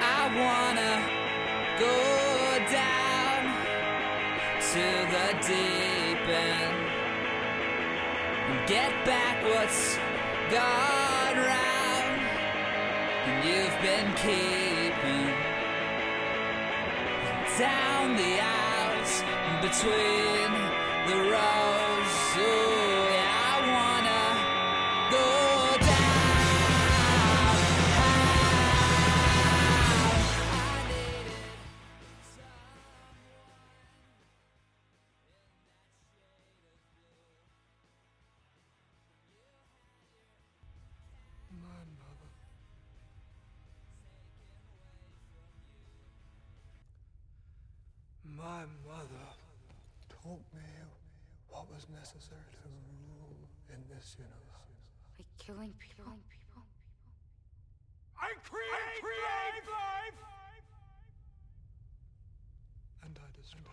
wanna go down to the deep end and get back what's gone round and you've been keeping down the aisles and between the rows. Ooh, yeah, I wanna go down. My mother taught me what was necessary to rule in this universe. By killing people. Killing people. I create, life, And I destroy.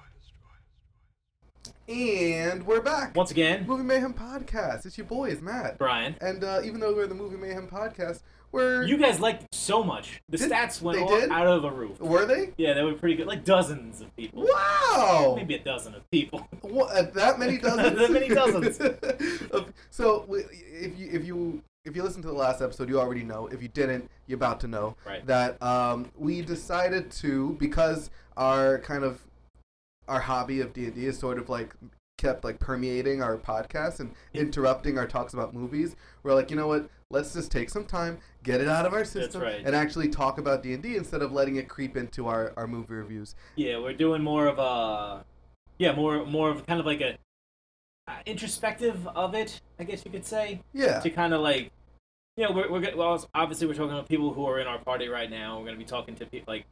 And we're back. Once again, Movie Mayhem Podcast. It's your boys, Matt. Brian, And uh, even though we're the Movie Mayhem Podcast, we're you guys liked it so much. The Did- stats went they all did? out of a roof. were they? Yeah, they were pretty good. Like dozens of people. Wow! Maybe a dozen of people. What, uh, that many dozens. That many dozens. Of- so w- if you if you if you listen to the last episode, you already know. If you didn't, you're about to know Right. that um, we decided to because our kind of our hobby of D and D is sort of like kept like permeating our podcast and interrupting our talks about movies. We're like, you know what? Let's just take some time, get it out of our system, right. and actually talk about D and D instead of letting it creep into our, our movie reviews. Yeah, we're doing more of a, yeah, more more of kind of like a uh, introspective of it, I guess you could say, Yeah, to kind of like, you know, we're we're gonna, well, obviously we're talking to people who are in our party right now. We're gonna be talking to people like,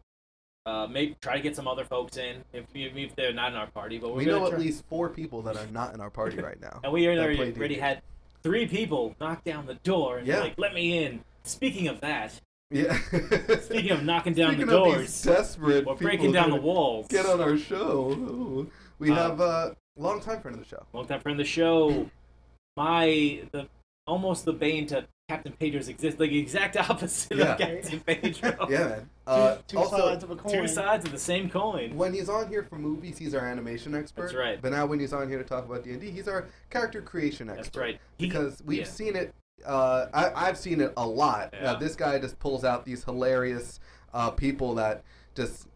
uh, maybe try to get some other folks in if even if they're not in our party, but we're we gonna know try- at least four people that are not in our party right now. And we that already, play already D&D. had three people knock down the door and be Yeah. like, let me in. Speaking of that, Yeah. speaking of knocking down Speaking the of doors these desperate people or breaking down who the walls, Get on our show. Ooh. We Um, have a uh, long time friend of the show. long time friend of the show, my the almost the bane to Captain Pedro's exist, like the exact opposite Yeah. of Captain Pedro. Yeah, man. Uh, two also, sides of a coin. Two sides of the same coin. when he's on here for movies, he's our animation expert. That's right. But now when he's on here to talk about D and D, he's our character creation expert. That's right. He- Because we've yeah. seen it. Uh, I, I've seen it a lot. Now Yeah. this guy just pulls out these hilarious uh, people that just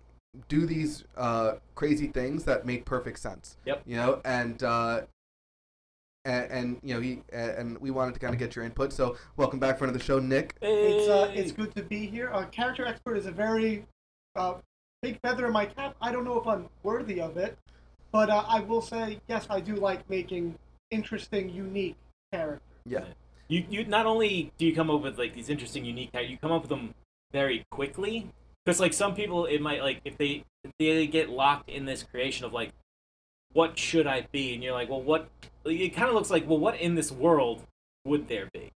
do these uh, crazy things that make perfect sense. Yep. You know, and uh, and, and you know he and we wanted to kind of get your input. So welcome back friend of the show, Nick. It's uh, it's Hey. good to be here. Uh, character expert is a very uh, big feather in my cap. I don't know if I'm worthy of it, but uh, I will say yes, I do like making interesting, unique characters. Yeah. You you not only do you come up with like these interesting, unique characters, you come up with them very quickly. Because like some people, it might like if they if they get locked in this creation of like, what should I be? And you're like, well, what? like, It kind of looks like, well, what in this world would there be?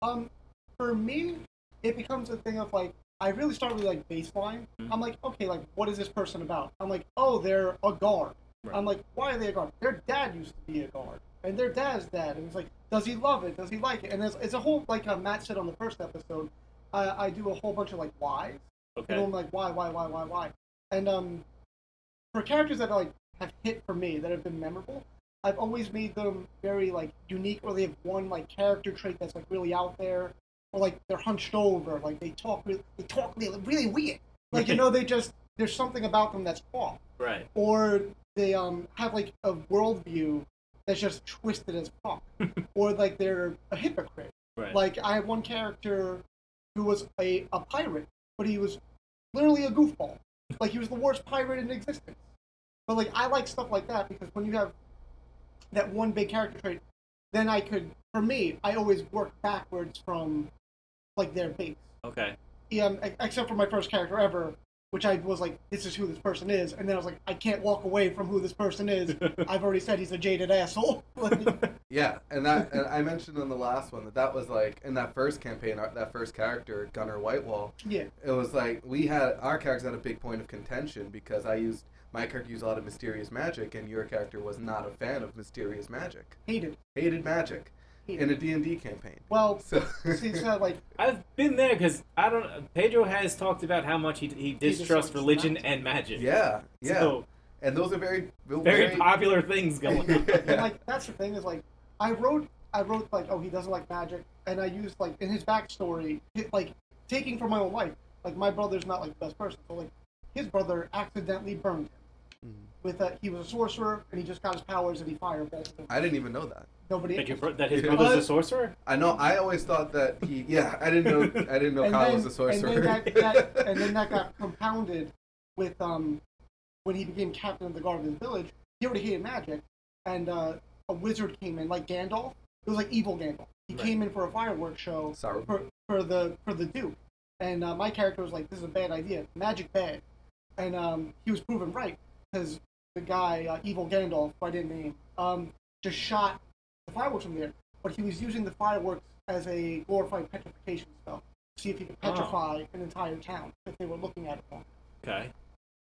Um, for me, it becomes a thing of like I really start with like baseline. I'm like, okay, like what is this person about? I'm like, oh, they're a guard. Right. I'm like, why are they a guard? Their dad used to be a guard, and their dad's dad, and it's like, does he love it? Does he like it? And it's, it's a whole like uh, Matt said on the first episode. I, I do a whole bunch of like whys. And Okay, I'm like, why, why, why, why, why? And um, for characters that like have hit for me that have been memorable, I've always made them very like unique, or they have one like character trait that's like really out there, or like they're hunched over, like they talk really, they talk really, really weird. Like you know, they just there's something about them that's off, right. or they um have like a worldview that's just twisted as fuck, or like they're a hypocrite. Right. Like I had one character who was a, a pirate, but he was literally a goofball. Like he was the worst pirate in existence. But like I like stuff like that because when you have that one big character trait, then I could for me, I always work backwards from like their base. Okay. Um, ex- except for my first character ever, which I was like, this is who this person is, and then I was like, I can't walk away from who this person is. I've already said he's a jaded asshole. Like, Yeah, and that and I mentioned on the last one that that was like in that first campaign, our- that first character Gunnar Whitewall. yeah. it was like we had our characters had a big point of contention because I used my character used a lot of mysterious magic and your character was not a fan of mysterious magic. Hated. Hated magic. campaign. in a D&D campaign. well, So see, it's not like I've been there because I don't. Pedro has talked about how much he he distrusts distrusts religion magic. and magic. yeah, yeah. So and those are very very popular things going on. and like that's the thing is like I wrote I wrote like oh he doesn't like magic and I used like in his backstory it, like taking from my own life like my brother's not like the best person so like his brother accidentally burned him with a he was a sorcerer and he just got his powers and he firebolted him. I didn't even know that. nobody That, your, bro- that his Yeah. brother's a But- sorcerer. I know. I always thought that he. Yeah, I didn't know. I didn't know and, Kyle then, was a sorcerer. and then that, that and then that got compounded with um when he became captain of the guard of his village he already hated magic and uh, a wizard came in like Gandalf it was like evil Gandalf he Right. came in for a fireworks show Sauron. for, for the for the Duke, and uh, my character was like, "This is a bad idea, magic bad," and um, he was proven right because the guy, uh, evil Gandalf by the name, um, just shot the fireworks from there, but he was using the fireworks as a glorified petrification spell to see if he could Oh. petrify an entire town if they were looking at it wrong. Okay,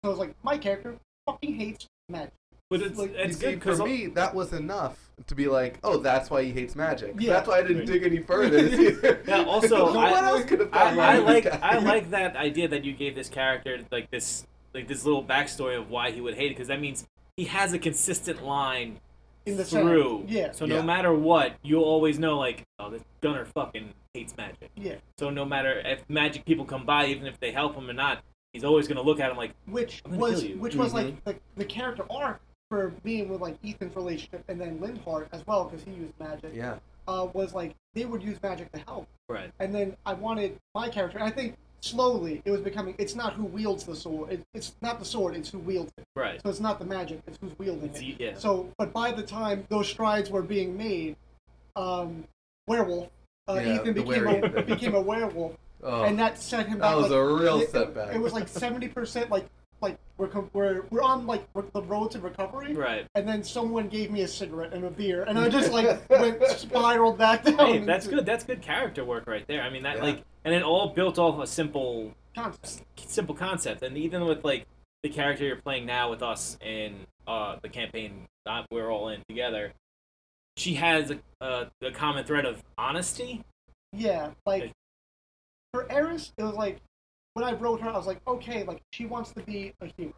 So I was like, my character fucking hates magic. but it's Like, you it's good see, for because me, that was enough to be like, oh, that's why he hates magic. Yeah. That's why I didn't Right. dig any further. yeah. Yeah, also, what I- else could have I, gone wrong I with like this guy? I like that idea that you gave this character like this like this little backstory of why he would hate it because that means he has a consistent line In the sand. through. Yeah. So Yeah. no matter what, you'll always know like oh this gunner fucking hates magic. Yeah, So no matter if magic people come by, even if they help him or not, he's always gonna look at him like which I'm gonna was kill you. which was like the, the character arc for being with like Ethan's relationship and then Lindhart as well because he used magic. Yeah. uh, was like they would use magic to help. right. And then I wanted my character. And I think slowly it was becoming. It's not who wields the sword. It, it's not the sword. It's who wields it. Right. So it's not the magic. It's who's wielding It's- it. yeah. So, but by the time those strides were being made, um, werewolf. Uh, Yeah, Ethan the became wary a, thing. became a werewolf, Oh. and that set him That back. was like- a real it, setback. It was like seventy percent. Like, like we're com- we're we're on like re- the road to recovery Right. and then someone gave me a cigarette and a beer, and I just like went spiraled back down. Hey, that's into good. That's good character work right there. I mean that Yeah. like and it all built off a simple Concept. simple concept. And even with like the character you're playing now with us in uh, the campaign that we're all in together, she has a, a, a common thread of honesty. Yeah, like Okay. for Eris, it was like when I wrote her, I was like, okay, like she wants to be a hero.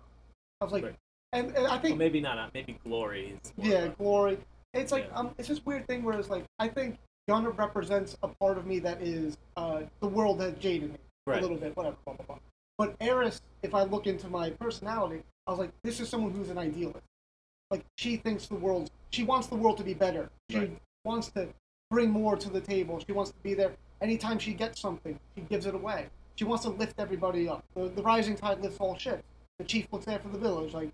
I was like, Right. and, and I Well, think maybe not. uh, Maybe glory. Is more yeah, of glory. It's like Yeah. um, it's this weird thing where it's like I think Yonder represents a part of me that is uh the world that jaded me a- right. a little bit, whatever, blah blah blah. But Eris, if I look into my personality, I was like, this is someone who's an idealist. Like she thinks the world, she wants the world to be better. She Right. wants to bring more to the table. She wants to be there. Anytime she gets something, she gives it away. She wants to lift everybody up. The, the rising tide lifts all ships. The chief looks after the village. Like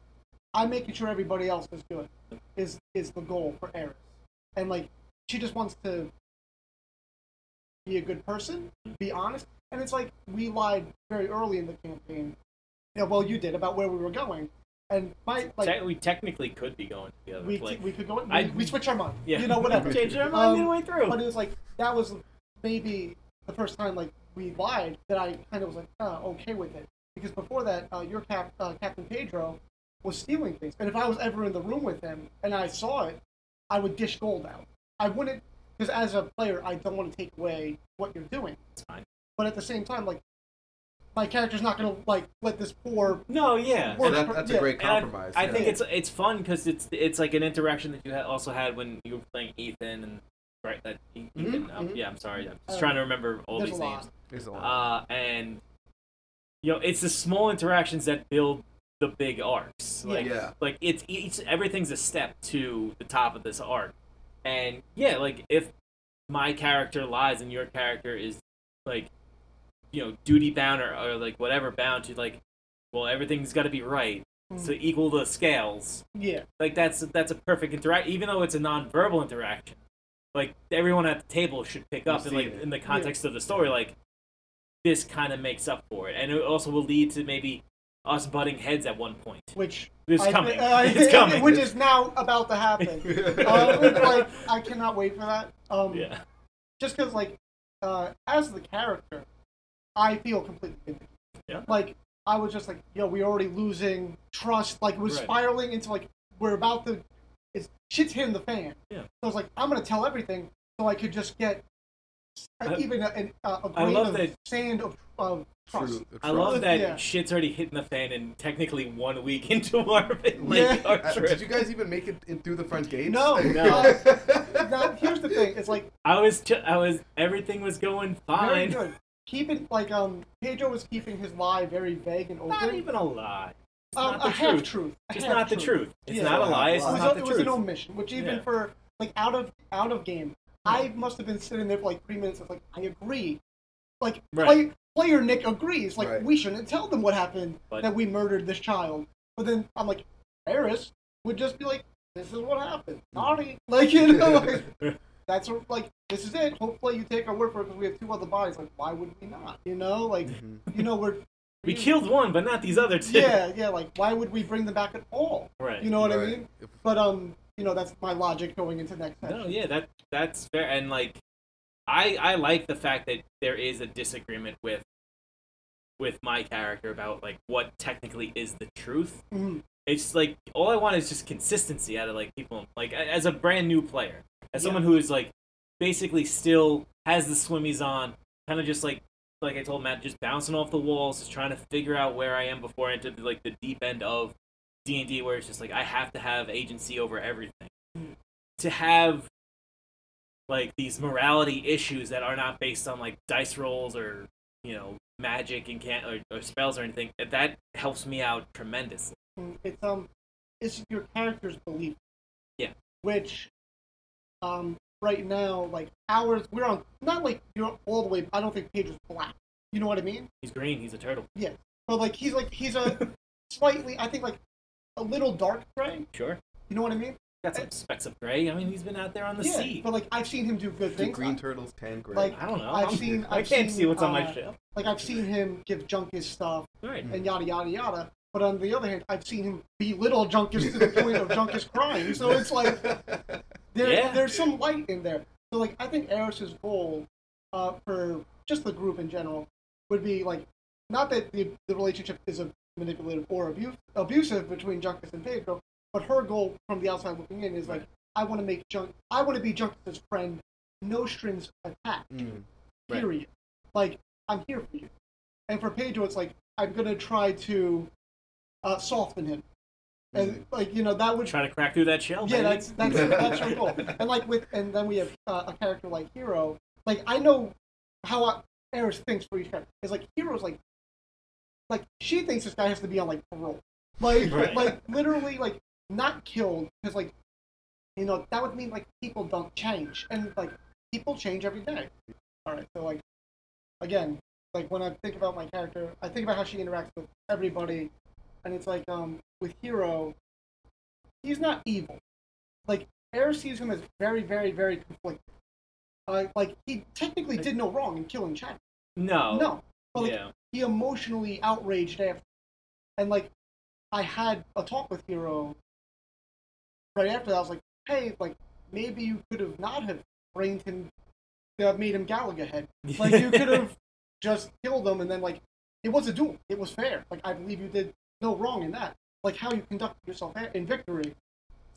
I'm making sure everybody else is good. Is is the goal for Eris, and like she just wants to be a good person, be honest. And it's like we lied very early in the campaign. Yeah, well, you did about where we were going, and my like Te- we technically could be going together. we, like, we could go. We, I- we switch our mind. yeah. You know, whatever. Change our mind Um, midway through. but it was like that was maybe the first time like we lied that I kind of was like uh, okay with it because before that uh, your cap uh, Captain Pedro was stealing things and if I was ever in the room with him and I saw it I would dish gold out I wouldn't because as a player I don't want to take away what you're doing It's fine. but at the same time like my character's not gonna like let this poor No, yeah. Or- And that, that's yeah, a great And I- compromise. I, yeah. think it's it's fun because it's it's like an interaction that you had also had when you were playing Ethan and right that Ethan. Mhm, um, mhm. Yeah, I'm sorry. I'm just Mm-hmm, Uh, trying to remember all there's these a names. lot. It's a lot. uh, and you know it's the small interactions that build the big arcs like Yeah. like it's each everything's a step to the top of this arc and yeah like if my character lies and your character is like you know duty bound or, or like whatever bound to like well everything's got to be right to equal the scales yeah like that's that's a perfect interact even though it's a non-verbal interaction like everyone at the table should pick up and see like it. in the context of the story like this kind of makes up for it and it also will lead to maybe us butting heads at one point which it's I- uh, coming I- it's coming which is now about Uh, to happen um, like I cannot wait for that. Um, yeah Just because, like, uh, as the character, I feel completely vindicated. Yeah. Like, I was just like, yo, we're already losing trust. Like, it was Right. spiraling into like we're about to, it's shit's hitting the fan. Yeah. So I was like, I'm gonna tell everything. so I could just get I- even a, an, uh, a I grain love of that- sand of, of trust. True. I love that Yeah. shit's already hitting the fan, and technically one week into Marvin, like Yeah. our Uh, trip. did you guys even make it in through the front gate? No, No. Now, here's the thing: it's like I was, ch- I was, everything was going fine. very good. Keep it like um Pedro was keeping his lie very vague and open. Not even a lie. It's um, not the a truth. half truth. A It's half not the truth. It's Yeah. not a lie. It's It was, not a- the it was truth. an omission, which even Yeah. for like out of out of game, I must have been sitting there for like three minutes. It's like I agree, like Right. play, player Nick agrees. Like Right. we shouldn't tell them what happened But- that we murdered this child. But then I'm like, Eris would just be like, "This is what happened, naughty." Like you know, like, that's what, like this is it. Hopefully you take our word for it because we have two other bodies. Like why would we not? You know, like you know we're Mm-hmm. we killed one, but not these other two. yeah yeah like why would we bring them back at all? Right. You know what I Right. mean? If- But um, you know, that's my logic going into next session. No, yeah, that that's fair. And like, I I like the fact that there is a disagreement with with my character about like what technically is the truth. Mhm. It's like all I want is just consistency out of like people. Like a- as a brand new player, as someone who is like basically still has the swimmies on, kind of just like like I told Matt, just bouncing off the walls, just trying to figure out where I am before I enter the, like the deep end of D and D, where it's just like I have to have agency over everything. To have like these morality issues that are not based on like dice rolls or you know magic and can't or, or spells or anything that helps me out tremendously. Mm, It's um, it's your character's belief. Yeah. Which, um, right now, like ours, we're on not like you're all the way. I don't think Page is black. You know what I mean? He's green. He's a turtle. But like he's like he's a slightly, I think like a little dark gray. Sure, You know what I mean? got some specks of gray. I mean, he's been out there on the yeah. sea. But like I've seen him do good Do things. green I- turtles tan gray? Like- I don't know. I've I'm- seen- I I've can't seen, see what's on my uh, shelf. like I've seen him give junk his stuff Right. and yada yada yada. But on the other hand, I've seen him belittle Junkus to the point of Junkus crying. So it's like there, Yeah. there's some light in there. So like I think Eris's goal uh, for just the group in general would be like not that the, the relationship is a manipulative or abu- abusive between Junkus and Pedro, but her goal from the outside looking in is like I want to make Junk I want to be Junkus's friend, no strings attached Mm. Right. period. Like, I'm here for you. And for Pedro, it's like, I'm going to try to uh, soften him. And, like, you know, that would. Mm-hmm. Try to crack through that shell. yeah, baby. that's, that's, that's your goal. And, like, with. And then we have uh, a character like Hero. Like, I know how I, Eris thinks for each character. It's like, Hero's like. Like, she thinks this guy has to be on, like, parole. Like, Right. like literally, like, not killed. Because, like, you know, that would mean, like, people don't change. And, like, people change every day. All right, so like again, like when I think about my character, I think about how she interacts with everybody, and it's like um with Hero, he's not evil. Like Air sees him as very, very, very conflicted. Uh, like he technically did no wrong in killing Chad. no. No, but like Oh, yeah. he emotionally outraged after, and like I had a talk with Hero. Right after that, I was like, "Hey, like maybe you could have not have brained him, uh, made him Gallagher head. Like you could have just killed him, and then like it was a duel. It was fair. Like I believe you did no wrong in that. Like how you conducted yourself in victory.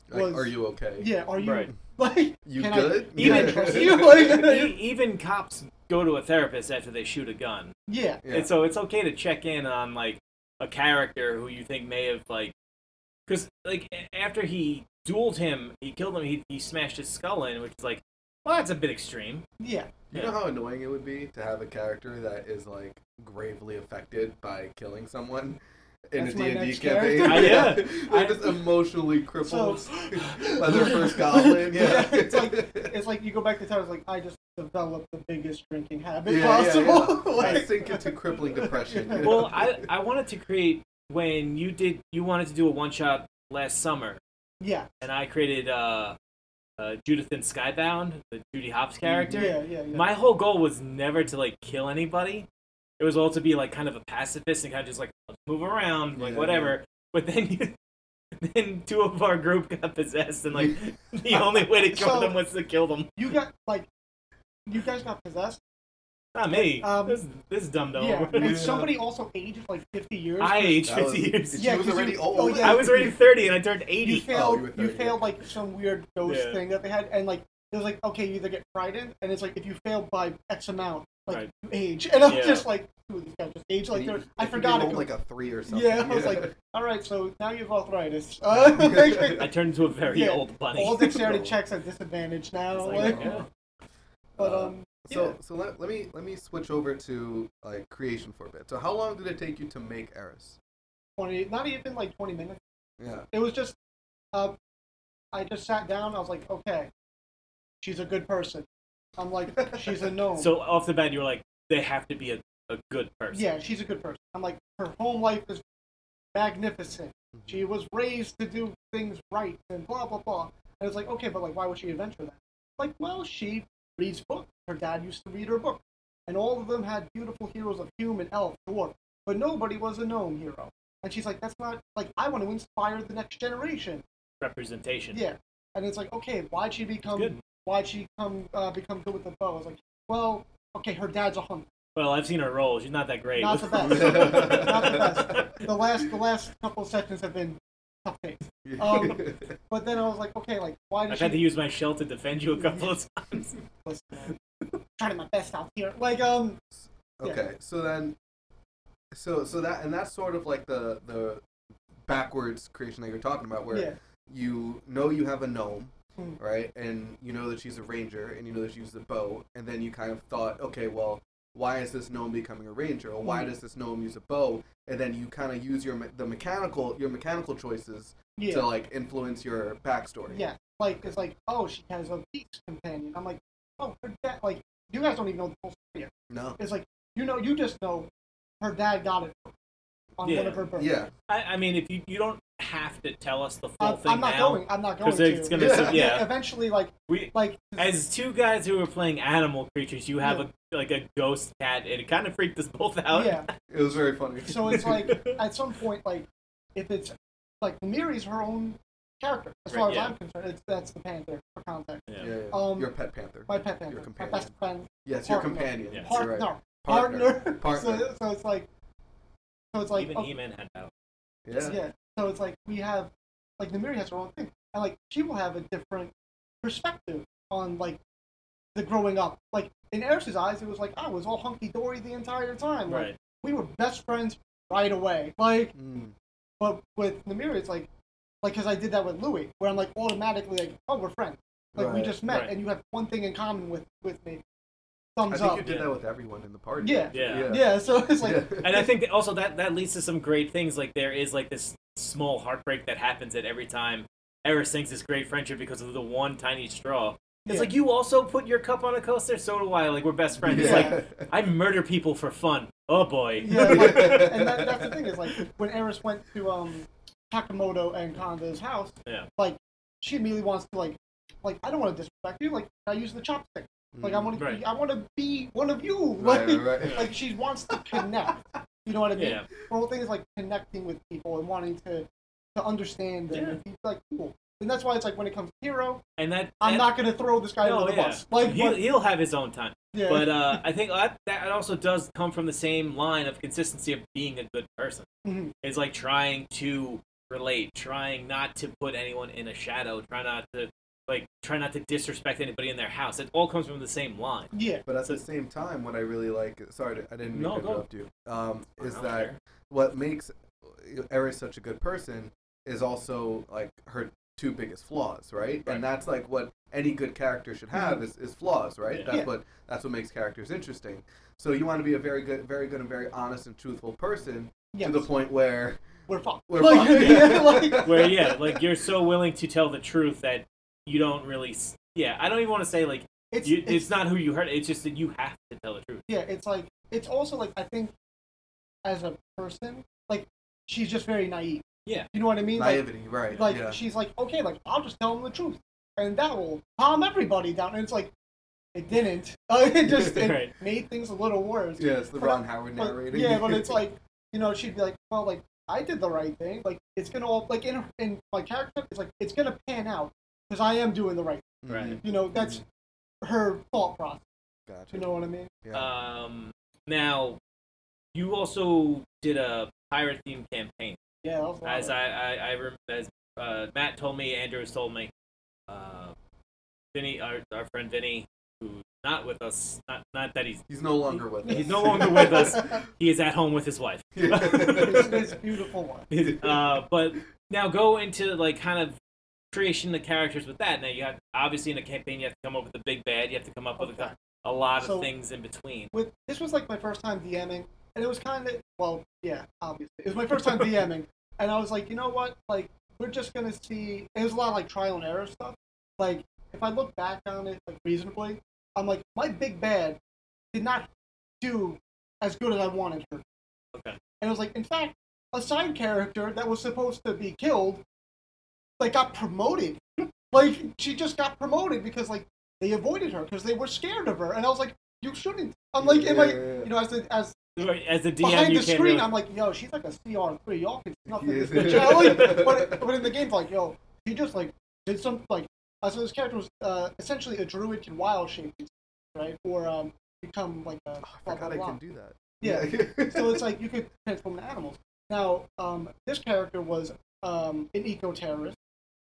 Like, was- are you okay? Yeah, are you Right. like You can good? I, can I Even- trust you? Like, E- Even cops go to a therapist after they shoot a gun. yeah, Yeah. And so it's okay to check in on like a character who you think may have like, because like a- after he dueled him, he killed him. He he smashed his skull in, which is like, well, that's a bit extreme. yeah, You know how annoying it would be to have a character that is like gravely affected by killing someone in That's a my D&D next campaign? character. I- yeah. They're I- just emotionally crippled by their first goblin. Yeah. it's like it's like you go back to town. It's like I just developed the biggest drinking habit Yeah, yeah, yeah. possible. I like, sink into crippling depression. you know? Well, I I wanted to create when you did you wanted to do a one shot last summer, yeah, and I created uh, uh Judith in Skybound, the Judy Hopps character. Mm-hmm. yeah, yeah, yeah. My whole goal was never to like kill anybody. It was all to be like kind of a pacifist and kind of just like let's move around, like Yeah. whatever. But then you, then two of our group got possessed, and like the only way to kill So- them was to kill them. you got like you guys got possessed. Not me. Um, this this dumb dumb. Yeah, and Yeah. somebody also aged like 50 years. I aged That was- fifty years. She Yeah, was 'cause already you- old. oh, yeah. I was already thirty, and I turned you eighty. failed. Oh, you were you 30. failed like some weird ghost Yeah. thing that they had, and like It was like, okay, you either get Trident, and it's like if you fail by X amount, like Right. you age. And I'm Yeah. just like, ooh, these guys just age like You- they're. I if you forgot it. rolled, goes- like a three or something. yeah, I was like, all right, so now you have arthritis. Uh, like, I turned into a very Yeah. old bunny. all dexterity checks at disadvantage It's now. like, Like, yeah. but um, So yeah. so let, let me let me switch over to like creation for a bit. So how long did it take you to make Eris? twenty, not even like twenty minutes. Yeah. It was just, uh, I just sat down. I was like, okay, she's a good person. I'm like, she's a gnome. So off the bat, you were like, they have to be a, a good person. Yeah, she's a good person. I'm like, her home life is magnificent. Mm-hmm. She was raised to do things right and blah blah blah. And it's like, okay, but like, why would she adventure that? Like, well, she reads books. Her dad used to read her books, and all of them had beautiful heroes of human, elf, dwarf, but nobody was a gnome hero. And she's like, that's not like I want to inspire the next generation. Representation. Yeah, and it's like, okay, why'd she good. become? Why'd she come uh, become good with the bow? I was like, well, okay, her dad's a hunter. Well, I've seen her roll. She's not that great. Not the best. Not the best. The last the last couple of sessions have been tough days. Um, But then I was like, okay, like why did I've she had to use my shell to defend you a couple of times. listen, man, trying my best out here? Like um Yeah. okay. So then so so that and that's sort of like the the backwards creation that you're talking about where yeah. you know you have a gnome, Mm. right? And you know that she's a ranger, and you know that she uses a bow, and then you kind of thought, okay, well, why is this gnome becoming a ranger, or why Mm. does this gnome use a bow? And then you kind of use your me- the mechanical your mechanical choices Yeah. to like influence your backstory. yeah. Like it's like, oh, she has a beast companion. I'm like, oh her dad like you guys don't even know the whole story. No. It's like you know you just know her dad got it on Yeah. one of her birthdays. Yeah. I, I mean, if you, you don't have to tell us the full I'm, thing I'm not now. going. I'm not going 'Cause to. it's gonna- Yeah. yeah. Eventually, like We, like as two guys who are playing animal creatures, you have a like a ghost cat, and it kind of freaked us both out. yeah. It was very funny. So it's like at some point, like if it's like Miri's her own character, as far Right, as yeah. I'm concerned, it's, that's the panther for context. Yeah. yeah, yeah. Um, your pet panther. My pet panther, Your my companion. best friend, yes, your partner. companion. Yeah. You're partner, right. partner, Partner. Partner. So, so it's like, so it's like, oh. Even okay, He-Man had that. Yeah. yeah. So it's like we have, like Namiri has her own thing, and like she will have a different perspective on like the growing up. Like in Eris's eyes, it was like I was all hunky dory the entire time. Like, Right. We were best friends right away. Like Mm. But with Namira, it's like, like, because I did that with Louis, where I'm like automatically like, oh, we're friends. Like we Right. just met, right. and you have one thing in common with with me. I Thumbs think up. you did Yeah. that with everyone in the party. Yeah. Yeah. Yeah. Yeah. So it's like, Yeah. And I think that also that that leads to some great things. Like there is like this small heartbreak that happens at every time Eris thinks this great friendship because of the one tiny straw. It's Yeah. like you also put your cup on a coaster, so do I. Like we're best friends. It's Yeah. like I murder people for fun. Oh boy. yeah. like- and that, that's the thing is like when Eris went to um Takamoto and Kanda's house, Yeah. like she immediately wants to like, like I don't want to disrespect you. Like I use the chopstick. Like I want Right. to, I want to be one of you. Mm, Right, like, right, right. like she wants to connect. You know what I mean? Yeah. The whole thing is like connecting with people and wanting to to understand them. Yeah. and be like cool. And that's why it's like when it comes to hero, And that I'm and- not gonna throw this guy No, under the yeah. bus. Like, he'll, but- he'll have his own time. yeah, But uh, I think that, that also does come from the same line of consistency of being a good person. Mhm. It's like trying to relate, trying not to put anyone in a shadow, try not to like try not to disrespect anybody in their house. It all comes from the same line. yeah, But at the same time, what I really like, sorry, I didn't mean No, to go. interrupt you, um, is I that don't care. what makes Eris such a good person is also like her two biggest flaws, right? Right. And that's like what any good character should have is, is flaws, right? Yeah. That's Yeah. what that's what makes characters interesting. So you want to be a very good, very good, and very honest and truthful person yes, to the point where we're fucked. we're Like, fucked. yeah, like- Where yeah, like you're so willing to tell the truth that you don't really s- yeah, I don't even want to say like It's, you, it's, it's, not who you hurt, it's just that you have to tell the truth. yeah, it's like it's also like I think as a person, like she's just very naive. Yeah. you know what I mean? Like, naivety, right? like yeah. she's like, okay, like I'll just tell him the truth, and that will calm everybody down. And it's like, it didn't. it just it Right. made things a little worse. yeah, it's the but- Ron Howard But- narrating. yeah, but it's like you know she'd be like, well, like I did the right thing. Like it's gonna all like in in my character, it's like it's gonna pan out because I am doing the right. Mhm, Right. You know that's her thought process. Gotcha. You know what I mean? yeah. Um now you also did a pirate themed campaign. Yeah, that was a lot as of- I, I, I rem- as uh, Matt told me, Andrews told me, uh, Vinny, our, our friend Vinny, who's not with us. Not not that he's He's no longer with us. He's no longer with us. he is at home with his wife. It's this beautiful one. uh, but now go into like kind of creation of the characters with that. Now you have obviously in a campaign you have to come up with a big bad. You have to come up with Okay. a, a lot of So- things in between. With this was like my first time DMing, and it was kind of well, yeah, obviously it was my first time DMing, and I was like, you know what, like we're just gonna see. It was a lot of like trial and error stuff. Like if I look back on it like reasonably, I'm like my big bad did not do as good as I wanted her. Okay. And I was like, in fact, a side character that was supposed to be killed, like got promoted. like she just got promoted because like they avoided her because they were scared of her. And I was like, you shouldn't. I'm like, am I? Yeah, yeah, yeah. You know, as the, as As a DM, behind you the can't screen, really- I'm like, yo, she's like a CR3. Y'all can snuff Yeah. this bitch out. Like, but, but in the game's like, yo, he just like did some like. Uh, so this character was uh, essentially a druid can wild shape, right? Or um, become like a. I blah, blah, forgot I blah. can do that. Yeah. so it's like you could transform into animals. Now, um, this character was um, an eco terrorist,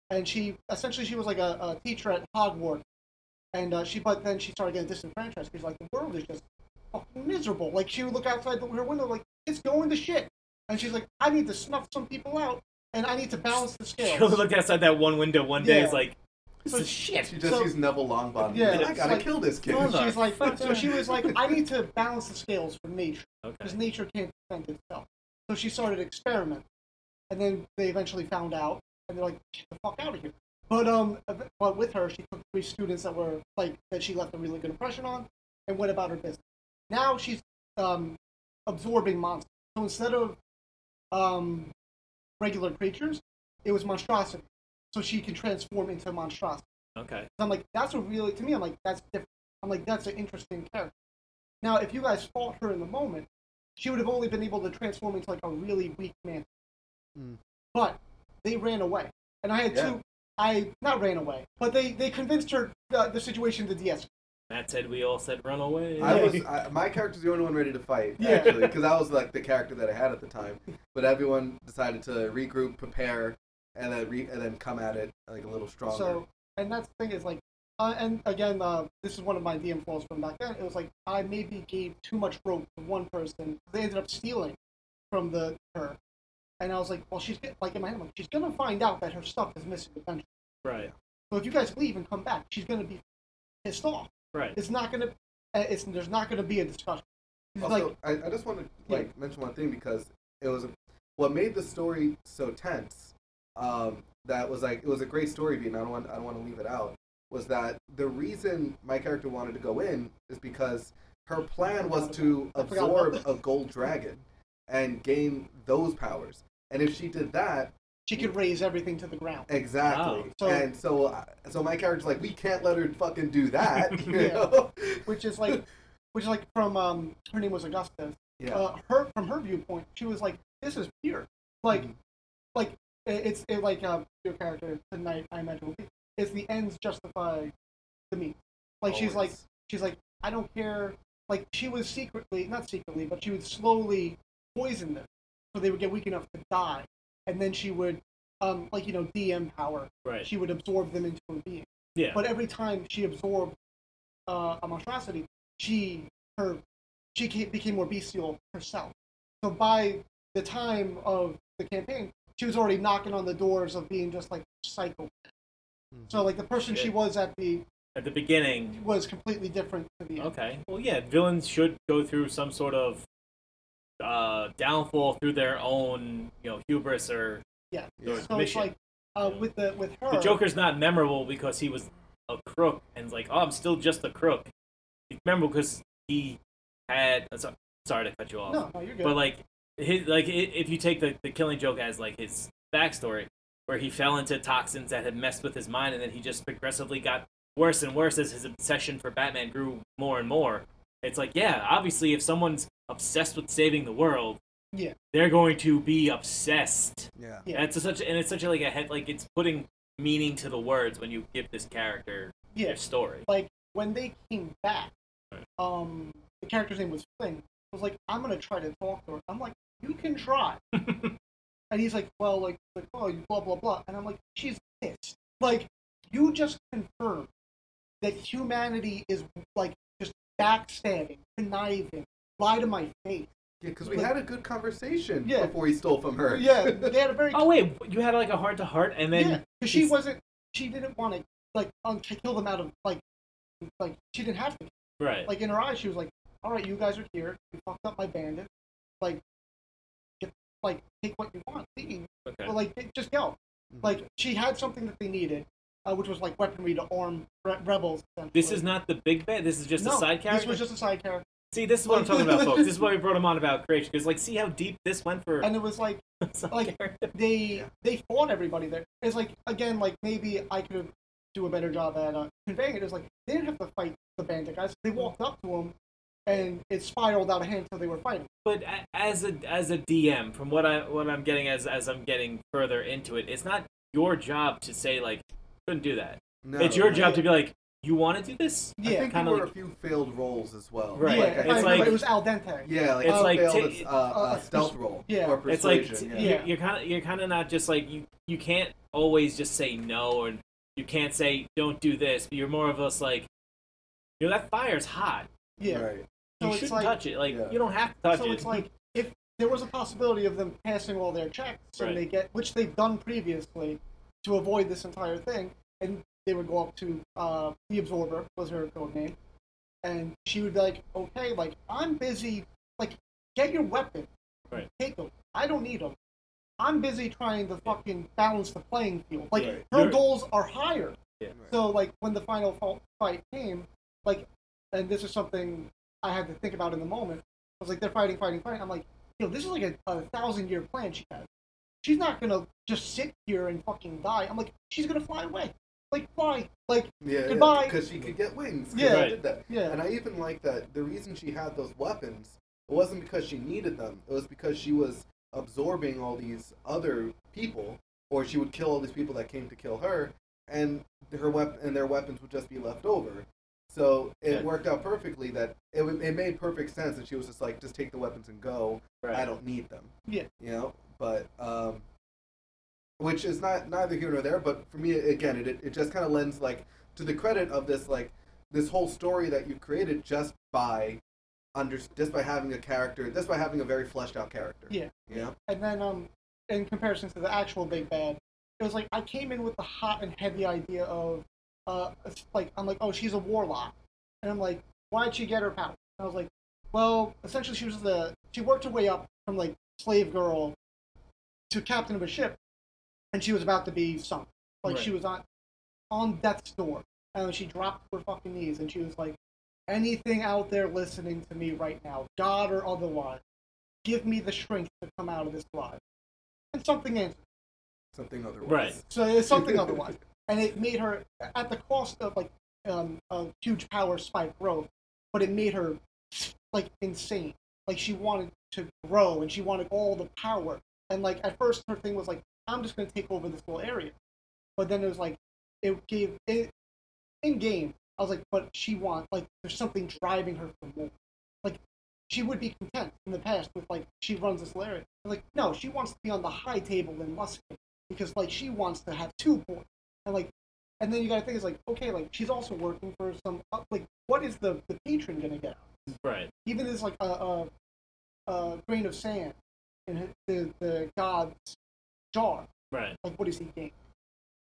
and she essentially she was like a, a teacher at Hogwarts, and uh, she but then she started getting disenfranchised because like the world is just fucking miserable. Like she would look outside the, her window like it's going to shit, and she's like I need to snuff some people out, and I need to balance the She scales. looked outside that one window one day. Yeah. It's like this So is shit. she just So- used Neville Longbottom. Yeah, Yeah, I it's gotta like- kill this kid. Well, She's like so Motherfucker. she was like I need to balance the scales for nature. Okay. because nature can't defend itself. So she started experimenting, and then they eventually found out, and they're like, "Get the fuck out of here!" But um, ev- but with her, she took three students that were like that she left a really good impression on, and went about her business. Now she's um, absorbing monsters. So instead of um, regular creatures, it was monstrosity. So she can transform into monstrosity. Okay. I'm like, that's a really to me. I'm like, that's different. I'm like, that's an interesting character. Now, if you guys fought her in the moment, she would have only been able to transform into like a really weak man. Mm. But they ran away, and I had Yeah. two. I not ran away, but they they convinced her uh, the situation to de-escalate. Matt said we all said run away. I was I, my character's the only one ready to fight Yeah. actually because I was like the character that I had at the time. But everyone decided to regroup, prepare, and then re- and then come at it like a little stronger. So, and that's the thing is like, uh, and again, uh, this is one of my DM flaws from back then. It was like I maybe gave too much rope to one person. They ended up stealing from the her, and I was like, well, she's get- like in my head, I'm like she's gonna find out that her stuff is missing eventually. right. So if you guys leave and come back, she's gonna be pissed off. Right. It's not gonna. uh, It's there's not gonna be a discussion. It's also, like I, I just want to like mention one thing because it was what made the story so tense. Um, that was like it was a great story beat, and I don't want I don't want to leave it out. Was that the reason my character wanted to go in is because her plan was to I forgot about absorb a gold dragon and gain those powers, and if she did that, she could raise everything to the ground. Exactly. Wow. So- and so, I- so my character's like, we can't let her fucking do that. You Yeah. know? which is like, which is like from um, her name was Augusta. Yeah. Uh, her from her viewpoint, she was like, this is pure. Like, Mhm. like it- it's it, like uh, your character tonight. I imagine will be is the ends justify the means. Like she's like Always. she's like I don't care. Like she was secretly not secretly, but she would slowly poison them so they would get weak enough to die, and then she would. Um, like you know, DM power. Right. She would absorb them into her being Yeah. but every time she absorbed uh, a monstrosity, she her she ca- became more bestial herself. So by the time of the campaign, she was already knocking on the doors of being just like psycho. Mm-hmm. So like the person she Shit. was at the At the beginning, was completely different to the end. Okay. Well, yeah, villains should go through some sort of uh, downfall through their own, you know, hubris or Yeah. Yeah. So it's Mission. like uh, with the with her the Joker's not memorable because he was a crook and it's like, oh, I'm still just a crook. It's memorable because he had. uh, so- Sorry to cut you off, No, no, you're good. but like, his, like i- if you take the, the Killing Joke as like his backstory, where he fell into toxins that had messed with his mind, and then he just progressively got worse and worse as his obsession for Batman grew more and more. It's like, yeah, obviously, if someone's obsessed with saving the world, Yeah. they're going to be obsessed. yeah. Yeah. And it's such, and it's such a, like a head, like it's putting meaning to the words when you give this character yeah. their story. like when they came back, Right. um, the character's name was Flynn. Was like, I'm gonna try to talk to her. I'm like, you can try. and he's like, well, like, like, oh, you blah blah blah. And I'm like, she's pissed. Like, you just confirmed that humanity is like just backstabbing, conniving, lie to my face. Yeah, because we had a good conversation Yeah. before he stole from her. Yeah, they had a very Oh wait, you had like a heart to heart, and then yeah, because she it's- wasn't. She didn't want to like um, to kill them out of like like she didn't have to. right, Like in her eyes, she was like, "All right, you guys are here. You fucked up my bandit. Like, get, like take what you want, leave. okay, But like they- just go." Mhm. Like she had something that they needed, uh, which was like weaponry to arm re- rebels. this essentially. is not the big bad. This is just No, a side character. This was just a side character, See, this is what I'm talking about, folks. This is why we brought him on about creation, because like, see how deep this went for and it was like some like- character. they they fought everybody there. It's like again, like maybe I could do a better job at uh, conveying it. It's like they didn't have to fight the bandit guys. They walked up to them, and it spiraled out of hand until they were fighting. But a- as a as a DM, from what I what I'm getting as as I'm getting further into it, it's not your job to say like, couldn't do that. No, it's your no. job to be like, you want to do this? I Yeah, think there kinda were like- a few failed rolls as well. Right. yeah. Like, I if I it's think- remember, like- it was al dente. yeah, like It's I like failed ta- a, a, uh, a stealth roll yeah. or It's like persuasion. t- yeah. you- Yeah. you're kind of you're kind of not just like you you can't always just say no or you can't say don't do this. But you're more of us like, you know, that fire's hot. Yeah. Right. So You it's shouldn't like- touch it. Like Yeah. you don't have to touch So it. it's like if there was a possibility of them passing all their checks Right. and they get, which they've done previously, to avoid this entire thing, and they would go up to uh, the Absorber was her code name, and she would be like, "Okay, like I'm busy, like get your weapon, Right. take them. I don't need them. I'm busy trying to fucking balance the playing field. Like Right. her You're- goals are higher. Yeah. So like when the final fa- fight came, like, and this is something I had to think about in the moment. I was like, they're fighting, fighting, fighting. I'm like, yo, this is like a, a thousand year plan she has. She's not gonna just sit here and fucking die. I'm like, she's gonna fly away. Like fly. Like Yeah, Goodbye. Because she could get wings. 'cause Yeah. I did that. Yeah. And I even like that the reason she had those weapons it wasn't because she needed them. It was because she was absorbing all these other people, or she would kill all these people that came to kill her, and her wep- and their weapons would just be left over. So it Yeah. worked out perfectly that it, w- it made perfect sense that she was just like, just take the weapons and go. I right. don't need them. Yeah. You know, but um, which is not neither here nor there. But for me, again, it it just kind of lends like to the credit of this like this whole story that you've created just by under just by having a character, just by having a very fleshed out character. Yeah. You know? And then um, in comparison to the actual big bad, it was like I came in with the hot and heavy idea of, uh, it's like I'm like, oh, she's a warlock, and I'm like, why'd she get her power? And I was like, well, essentially she was the she worked her way up from like slave girl to captain of a ship, and she was about to be sunk. Like she was on on death's door, and she dropped to her fucking knees, and she was like, anything out there listening to me right now, God or otherwise give me the strength to come out of this alive. And something answered. Something otherwise. Right. So it's something otherwise. And it made her, at the cost of like um, a huge power spike growth, but it made her like insane. Like she wanted to grow and she wanted all the power. And like at first her thing was like, I'm just going to take over this whole area. But then it was like, it gave, it, in game, I was like, but she wants, like, there's something driving her for more. Like, she would be content in the past with, like, she runs this area. I'm like, no, she wants to be on the high table in Luskin because, like, she wants to have two boys. And, like, and then you gotta think, it's like, okay, like, she's also working for some, uh, like, what is the, the patron gonna get? Right. Even this, like, a, a, a grain of sand in the, the god's jar Right. like what does he gain?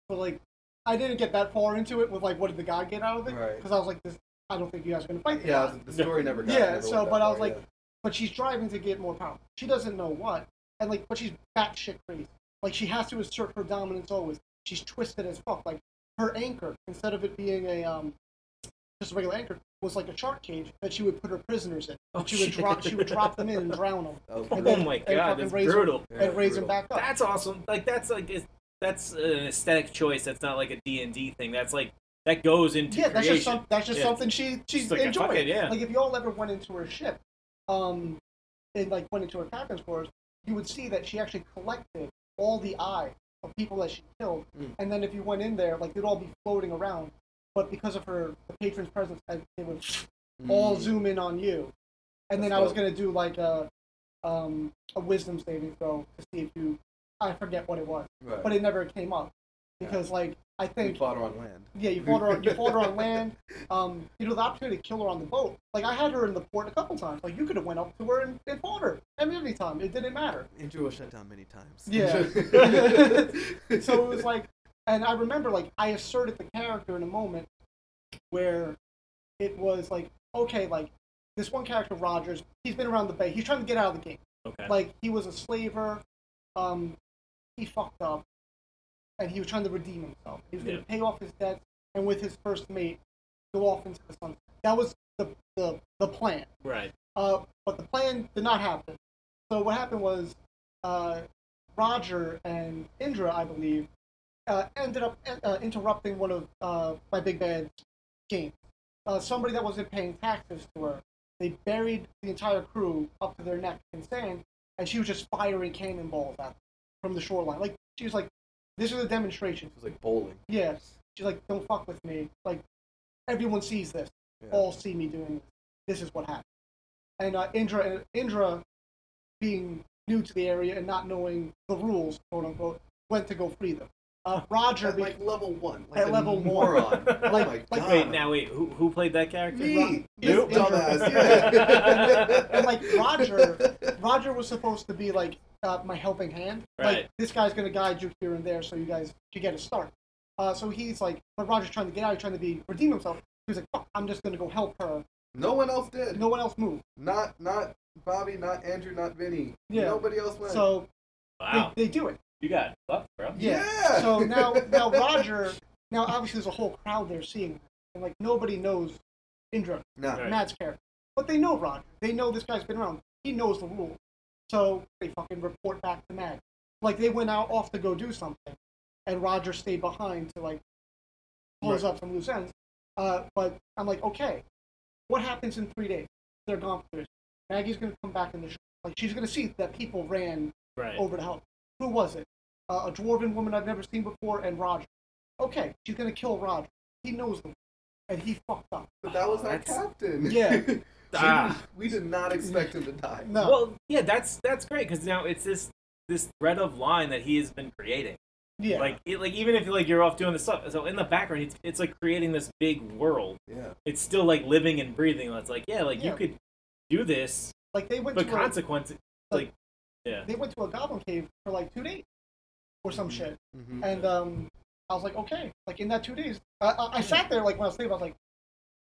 But like, I didn't get that far into it with like what did the god get out of it? Right. Because I was like, this, I don't think you guys are gonna fight. the Yeah. god. The story never. Got, Yeah, never so, went that but I was far, like- But she's driving to get more power. She doesn't know what, and like, but she's batshit crazy. Like she has to assert her dominance always. She's twisted as fuck. Like her anchor, instead of it being a um, just a regular anchor, was like a shark cage that she would put her prisoners in. Oh, she would shit. drop, she would drop them in and drown them, yeah. That was Oh and then- my and god, fucking that's raise her- brutal. yeah, and raise them brutal. back up. That's awesome. Like that's like it's, that's an aesthetic choice. That's not like a D and D thing. That's like that goes into yeah, that's creation. just some, that's just Yeah. something she she's Just like, enjoying. fuck it, yeah. Like if y'all ever went into her ship, um, and like went into her captain's quarters, you would see that she actually collected all the eyes of people that she killed, Hmm. Mm. and then if you went in there, like they'd all be floating around. But because of her the patron's presence, I- they would Hmm. all zoom in on you, and then That's I was dope. gonna do like a um a wisdom saving throw to see if you I forget what it was Right. but it never came up Yeah. because like I We think fought her on land. yeah, you fought her on you fought her on land. Um, you know, the opportunity to kill her on the boat. Like I had her in the port a couple times. Like you could have went up to her and, and fought her. I mean, any time it didn't matter. Andrew was shut down many times. Yeah. So it was like, and I remember like I asserted the character in a moment where it was like, okay, like this one character Rogers, he's been around the bay. He's trying to get out of the game. Okay. Like he was a slaver. Um, he fucked up, and he was trying to redeem himself. He was going Yeah. to pay off his debts, and with his first mate, go off into the sunset. That was the the, the plan. right. Uh, but the plan did not happen. So what happened was, uh, Roger and Indra, I believe, uh, ended up uh, interrupting one of uh, my big bad's games. Uh, somebody that wasn't paying taxes to her. They buried the entire crew up to their neck in sand, and she was just firing cannonballs at them from the shoreline. Like she was like, "This is a demonstration." It was like bowling. Yeah. She's like, don't fuck with me. Like, everyone sees this. Yeah. All see me doing this. This is what happened. And uh, Indra, Indra, being new to the area and not knowing the rules, quote unquote, went to go free them. Uh, Roger, At be- like level one. Like At a level one. moron. oh Like- my like- god. Wait, now wait, who, who played that character? Me, this Nope. dumbass. Yeah. and like Roger, Roger was supposed to be like uh, my helping hand. Right. Like this guy's gonna guide you here and there, so you guys you get a start. Uh, so he's like, but Roger's trying to get out, he's trying to be redeem himself. He's like, fuck, I'm just gonna go help her. no one else did. No one else moved. Not not Bobby, not Andrew, not Vinny. Yeah. Nobody else went. So Wow. they, they do it. You got luck, bro. yeah. So now, now Roger, now obviously there's a whole crowd there seeing, her, and like nobody knows Indra, no. Right. Matt's character, but they know Roger. They know this guy's been around. He knows the rules. So they fucking report back to Matt. Like they went out off to go do something, and Roger stayed behind to like close up some loose ends. Uh, but I'm like, okay, what happens in three days? They're gone for three days. Maggie's gonna come back in the show. Like she's gonna see that people ran Right. over to help. Who was it? Uh, a dwarven woman I've never seen before, and Roger. Okay, she's gonna kill Roger. He knows them, and he fucked up. But that was our That's- captain. Yeah. We- Ah. we did not expect him to die. No, Well, yeah, that's that's great because now it's this this thread of line that he has been creating. yeah, Like it, like even if like you're off doing this stuff, so in the background it's it's like creating this big world. Yeah. It's still like living and breathing. That's like yeah, like you Yeah. could do this, like they went but to a, consequences. they went to a goblin cave for like two days or some shit, Mm-hmm. Mhm. and um, I was like, okay, like in that two days, I, I, I sat there like when I was thinking, I was like,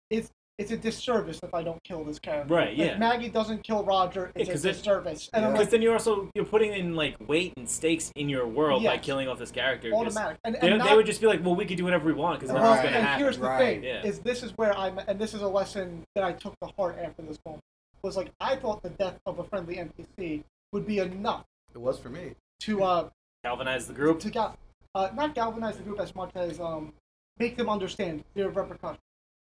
it's it's a disservice if I don't kill this character. Right, If yeah. Maggie doesn't kill Roger, it's 'cause a it- disservice, and I'm Yeah. Because like then you're also you're putting in like weight and stakes in your world by Yes. killing off this character. 'cause automatic. And, They, and they not- would just be like, well, we could do whatever we want because And Right. nothing's gonna also- and happen. here's the right, thing: yeah. is this is where I'm, and this is a lesson that I took to heart after this moment. Was like I thought the death of a friendly NPC would be enough It was for me. to uh Galvanize the group. to gal- uh, not galvanize the group as much as um make them understand their repercussions.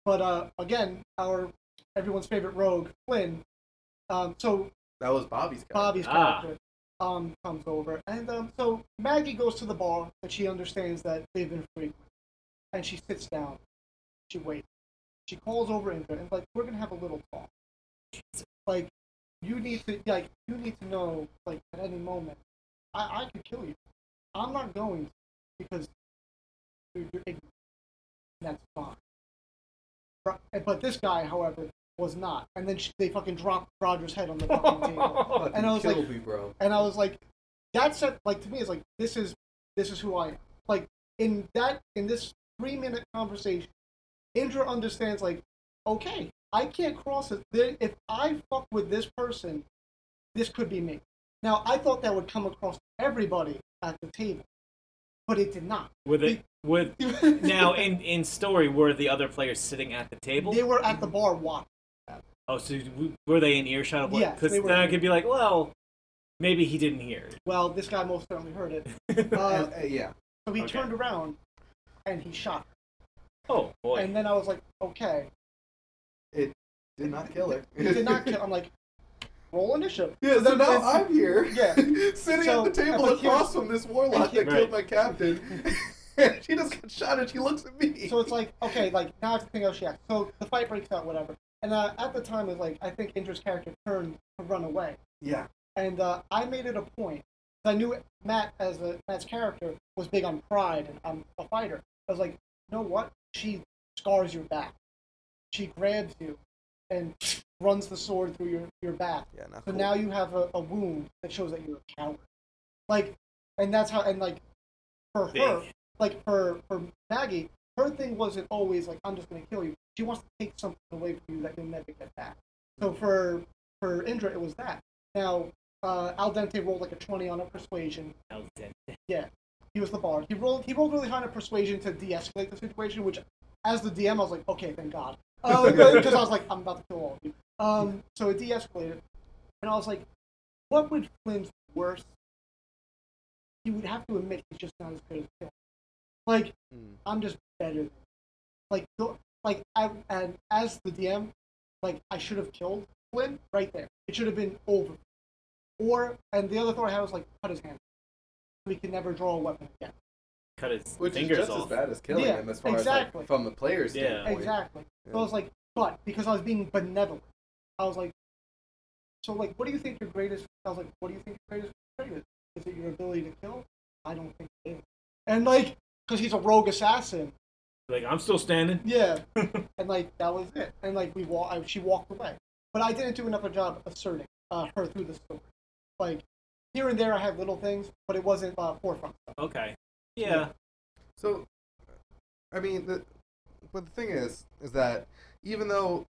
But uh again, our everyone's favorite rogue Flynn, um, so That was Bobby's guy. Bobby's Ah. character um, comes over, and um, so Maggie goes to the bar, but she understands that they've been free, and she sits down. She waits. She calls over Indra and like, we're gonna have a little talk. Like, you need to like, you need to know like at any moment, I I could kill you. I'm not going to because you're, you're ignorant. And that's fine. Ro- But this guy, however, was not. And then she, they fucking dropped Roger's head on the fucking table Fucking and I was killed like- me, bro. and I was like, that's it. Like to me, it's like this is this is who I am. Like in that in this three minute conversation, Indra understands like, okay, I can't cross it. There- If I fuck with this person, this could be me. Now I thought that would come across to everybody at the table, but it did not. With it, with now in in story, were the other players sitting at the table? they were at the bar watching. Oh, so w- were they in earshot of what? Yes, Because they were. then I could be like, well, maybe he didn't hear. Well, this guy most certainly heard it. Uh, And- uh, yeah. so he Okay. turned around and he shot. Oh boy, And then I was like, okay. Did not kill her. He did not kill. I'm like, roll initiative. Yeah, so then now it's- I'm here, yeah. sitting So, at the table but here's- across from this warlock that Right. killed my captain. and she just got shot, and she looks at me. So it's like, okay, like now I have to think of Shaq. So the fight breaks out, whatever. And uh, at the time, it was like I think Indra's character turned to run away, yeah, and uh, I made it a point. 'cause I knew Matt as a Matt's character was big on pride and I'm a fighter. I was like, you know what? She scars your back. She grabs you and runs the sword through your, your back. Yeah, not So cool. now you have a, a wound that shows that you're a coward. Like, and that's how, and like, for her, Big. like for for Maggie, her thing wasn't always like I'm just gonna kill you. She wants to take something away from you that you'll never get back. So for for Indra, it was that. Now uh, Al Dente rolled like a 20 on a persuasion. Elton. He was the bard. He rolled he rolled really high on a persuasion to de-escalate the situation, which as the DM I was like, okay, thank God, because I was like, I'm about to kill all of you. Um, so it de-escalated, and I was like, what would Flynn's worst? He would have to admit he's just not as good as Phil. Like Mm. I'm just better. than- Like go, like I, and as the DM, like I should have killed Flynn right there. It should have been over. Or and the other thought I had was like cut his hand. We can never draw a weapon again. Cut his Which is fingers just as off. bad as killing Yeah, him, as far as exactly. like, from the player's Yeah. standpoint. Exactly. So Yeah. I was like, but because I was being benevolent, I was like, so like, what do you think your greatest? I was like, what do you think your greatest trait is? Is it your ability to kill? I don't think it is. And like, because he's a rogue assassin. Like I'm still standing. Yeah. and like that was it. And like we walk, I, she walked away. But I didn't do enough of a job asserting uh, her through the story. Like here and there, I had little things, but it wasn't uh, forefront. Okay. Yeah. Yeah. So, I mean, the, but the thing is, is that even though,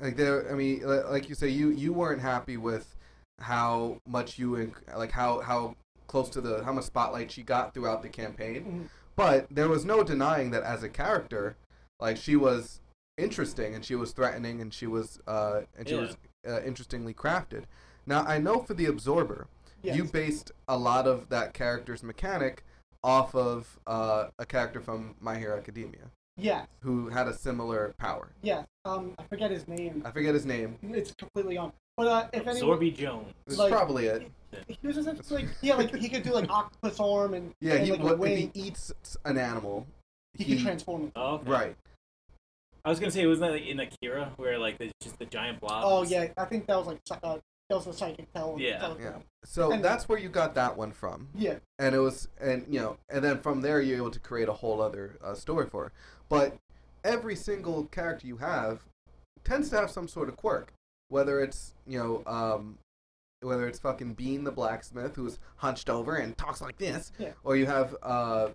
like there, I mean, li- like you say, you you weren't happy with how much you inc- like how how close to the how much spotlight she got throughout the campaign, Mhm. but there was no denying that as a character, like she was interesting and she was threatening and she was uh and she Yeah. was uh, interestingly crafted. Now I know for the absorber, Yes. you based a lot of that character's mechanic off of uh, a character from My Hero Academia Yes. who had a similar power. Yes. Um, I forget his name. I forget his name. It's completely on. But uh, if anyone, Zorby Jones. This Like- is probably it. He was essentially like yeah, like he could do like octopus arm and Yeah, and, he like a what, if he wing. eats s- an animal, He, could transform. Him. Oh, okay. right. I was gonna say, wasn't that like in Akira where like there's just the giant blob? Oh yeah, I think that was like psy- uh, that was a psychic tell. Yeah. tell- Yeah. So And- that's where you got that one from, yeah, and it was, and you know, and then from there you're able to create a whole other uh, story for. Her. But every single character you have tends to have some sort of quirk, whether it's you know, um, whether it's fucking Bean the blacksmith who's hunched over and talks like this, Yeah. or you have uh,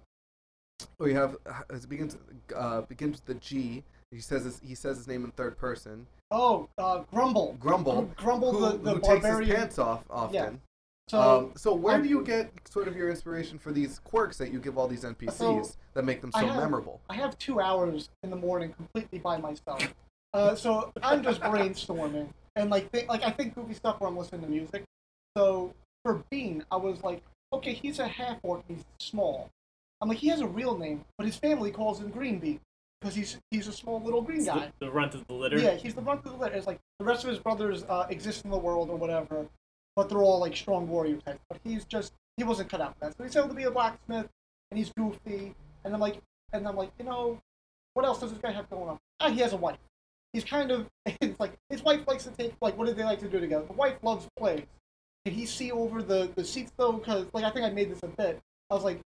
or you have it begins uh, begins with the G. He says his, he says his name in third person. Oh, uh, grumble. Grumble, Grumble who, the, the who takes barbarian. his pants off often. Yeah. So um, so where I- do you get sort of your inspiration for these quirks that you give all these NPCs that make them I so have- memorable? I have two hours in the morning completely by myself. Uh, so I'm just brainstorming and like think like I think goofy stuff where I'm listening to music. So for Bean, I was like, okay, he's a half orc, he's small. I'm like, he has a real name, but his family calls him Green Bean because he's he's a small little green It's guy. The, the runt of the litter. Yeah, he's the runt of the litter. It's like the rest of his brothers uh, exist in the world or whatever, but they're all like strong warrior types. But he's just he wasn't cut out for that. So he's able to be a blacksmith, and he's goofy. And I'm like, and I'm like, you know, what else does this guy have going on? Ah, he has a wife. He's kind of it's like his wife likes to take like what do they like to do together? The wife loves plays. Did he see over the the seats though? Because like I think I made this a bit. I was like,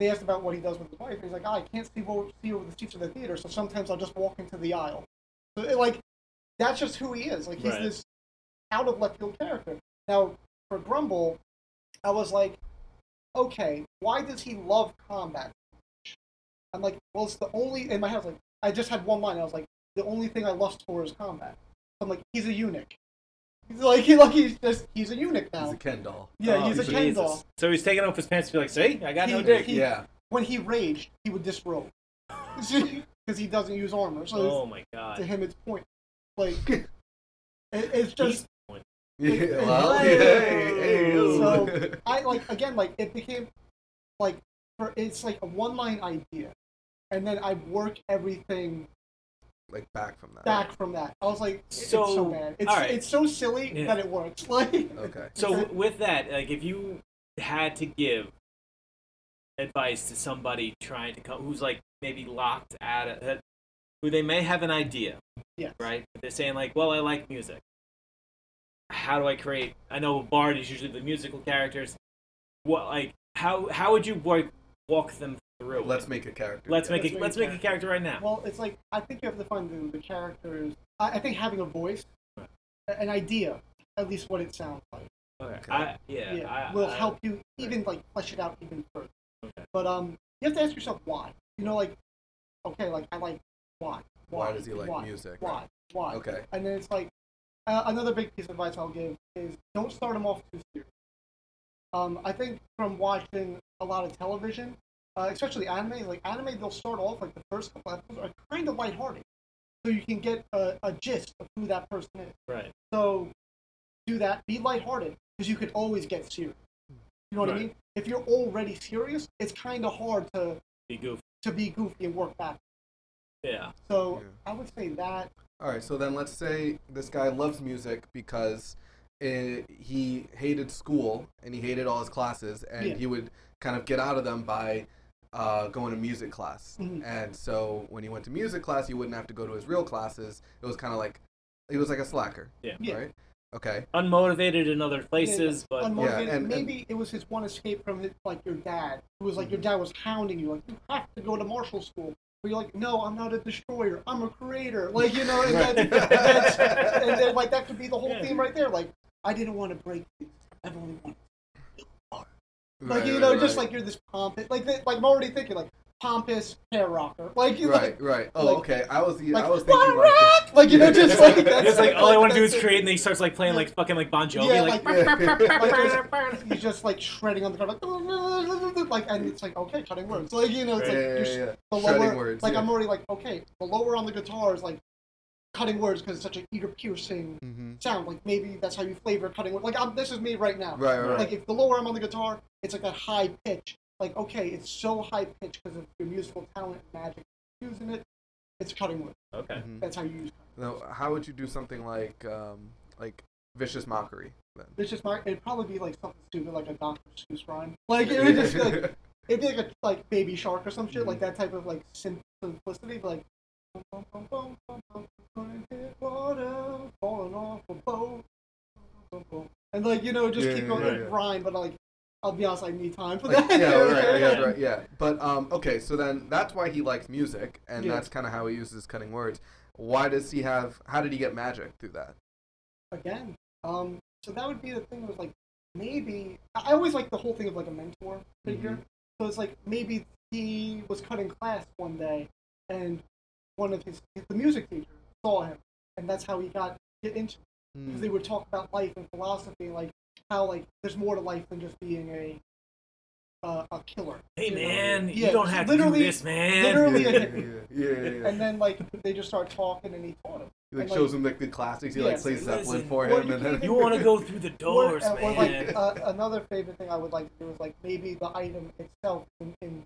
they asked about what he does with his wife. and He's like, "Ah, I can't see over, see over the seats of the theater, so sometimes I'll just walk into the aisle. So it, like, that's just who he is. Like he's Right. this out of left field character. Now for Grumble, I was like, okay, why does he love combat? I'm like, well, it's the only in my head. I was like, I just had one line. I was like, the only thing I lust for is combat. I'm like, he's a eunuch. He's like, he, like he's just he's a eunuch now. He's a Ken doll. yeah, Oh, he's a Jesus. Ken doll. So he's taking off his pants to be like, see, I got no He- dick. he- Yeah. when he raged, he would disrobe because he doesn't use armor. So oh it's- my to god. him, it's point. Like it, it's just He's- Yeah, well, Hey. hey, hey, So- I like again like it became like for it's like a one line idea, and then I work everything like back from that. back from that. I was like, it's So, so, bad. It's alright. it's so silly Yeah. that it works. Like Okay. So w- with that, like if you had to give advice to somebody trying to come, who's like maybe locked at a, that- who they may have an idea, Yes. right? But they're saying like, well, I like music. How do I create? I know a bard is usually the musical characters. What like how how would you work, walk them through. Let's it. make a character. let's yeah. make Let's a make let's a make a character right now. Well, it's like I think you have to find the, the characters. I, I think having a voice, a- an idea, at least what it sounds like, okay. I, yeah, I, will I- help you even like flesh it out even further. Okay. But um, you have to ask yourself why. You know, like okay, like I like why. Why does he like why, music? Why? Why? Okay. And then it's like uh, another big piece of advice I'll give is don't start them off too serious. Um, I think from watching a lot of television, uh, especially anime, like anime, they'll start off like the first couple episodes are kind of lighthearted, so you can get a, a gist of who that person is. Right. So do that. Be lighthearted because you could always get serious. You know what I Right. mean? If you're already serious, it's kind of hard to Be goofy. to be goofy and work back. Yeah. So Yeah. I would say that All right, so then let's say this guy loves music because eh, he hated school and he hated all his classes, and Yeah. he would kind of get out of them by uh, going to music class. Mhm. And so when he went to music class, he wouldn't have to go to his real classes. It was kind of like he was like a slacker. Yeah. Yeah. Right. Okay. Unmotivated in other places, but unmotivated. Yeah, and- and- maybe it was his one escape from his, like your dad, who was like your Mm-hmm. dad was hounding you, like you have to go to Marshall School. But you're like, no, I'm not a destroyer. I'm a creator. Like you know, and, Right. then, and, that's- and then like that could be the whole Yeah. theme right there. Like I didn't want to break things. I've only wanted. Like Right, you right, know, just right. like you're this pompous. Like th- like I'm already thinking like pompous hair rocker. Like you Right. Right. Oh, like- okay. I was. like I was like thinking what like. a rock. Like you know, just like that's it's like all I want to do is that's it. create, and then he starts like playing like fucking like Bon Jovi, Yeah, like, like- Yeah. like there's- you're just like shredding on the ground, like, like and it's like okay, cutting words, like you know, it's Yeah, like yeah, you're yeah, sh- yeah. the Shredding lower, words, like yeah. I'm already like okay, the lower on the guitar is like cutting words because it's such an ear piercing Mhm. sound. Like maybe that's how you flavor cutting words. Like I'm, this is me right now. Right, right, Like if the lower I'm on the guitar, it's like that high pitch. Like okay, it's so high pitch because of your musical talent, and magic, using it. It's cutting words. okay, Mhm. That's how you use. Now, how would you do something like um, like vicious mockery then? It. It's just my. It'd probably be like something stupid, like a Dr. Seuss rhyme. Like it would just be like It'd be like a like baby shark or some shit, Mm-hmm. like that type of like sim- simplicity, but, like bum, bum, bum, bum, bum, bum, hit water, falling off a boat, bum, bum, and like you know just Yeah, keep yeah, going yeah, like, yeah. rhyme, but like I'll be honest, I need time for Like, that. yeah, right, yeah, right, yeah. But um, okay, so then that's why he likes music, and Yeah. that's kind of how he uses cutting words. Why does he have? How did he get magic through that? Again, um, so that would be the thing was like maybe I I always like the whole thing of like a mentor figure. Mm-hmm. So it's like maybe he was cutting class one day, and one of his the music teacher saw him, and that's how he got into Mm. because they would talk about life and philosophy, like how like there's more to life than just being a uh, a killer. hey you know? man, Yeah, you don't have to do literally- this, man. literally- yeah, Yeah, yeah, And then like they just start talking, and he taught him. He like and, like- shows him like the classics. He like Yeah, plays so listen, Zeppelin for or him, you and can then even- You want to go through the doors, or, or, man. like uh, another favorite thing I would like to do is like maybe the item itself in, in,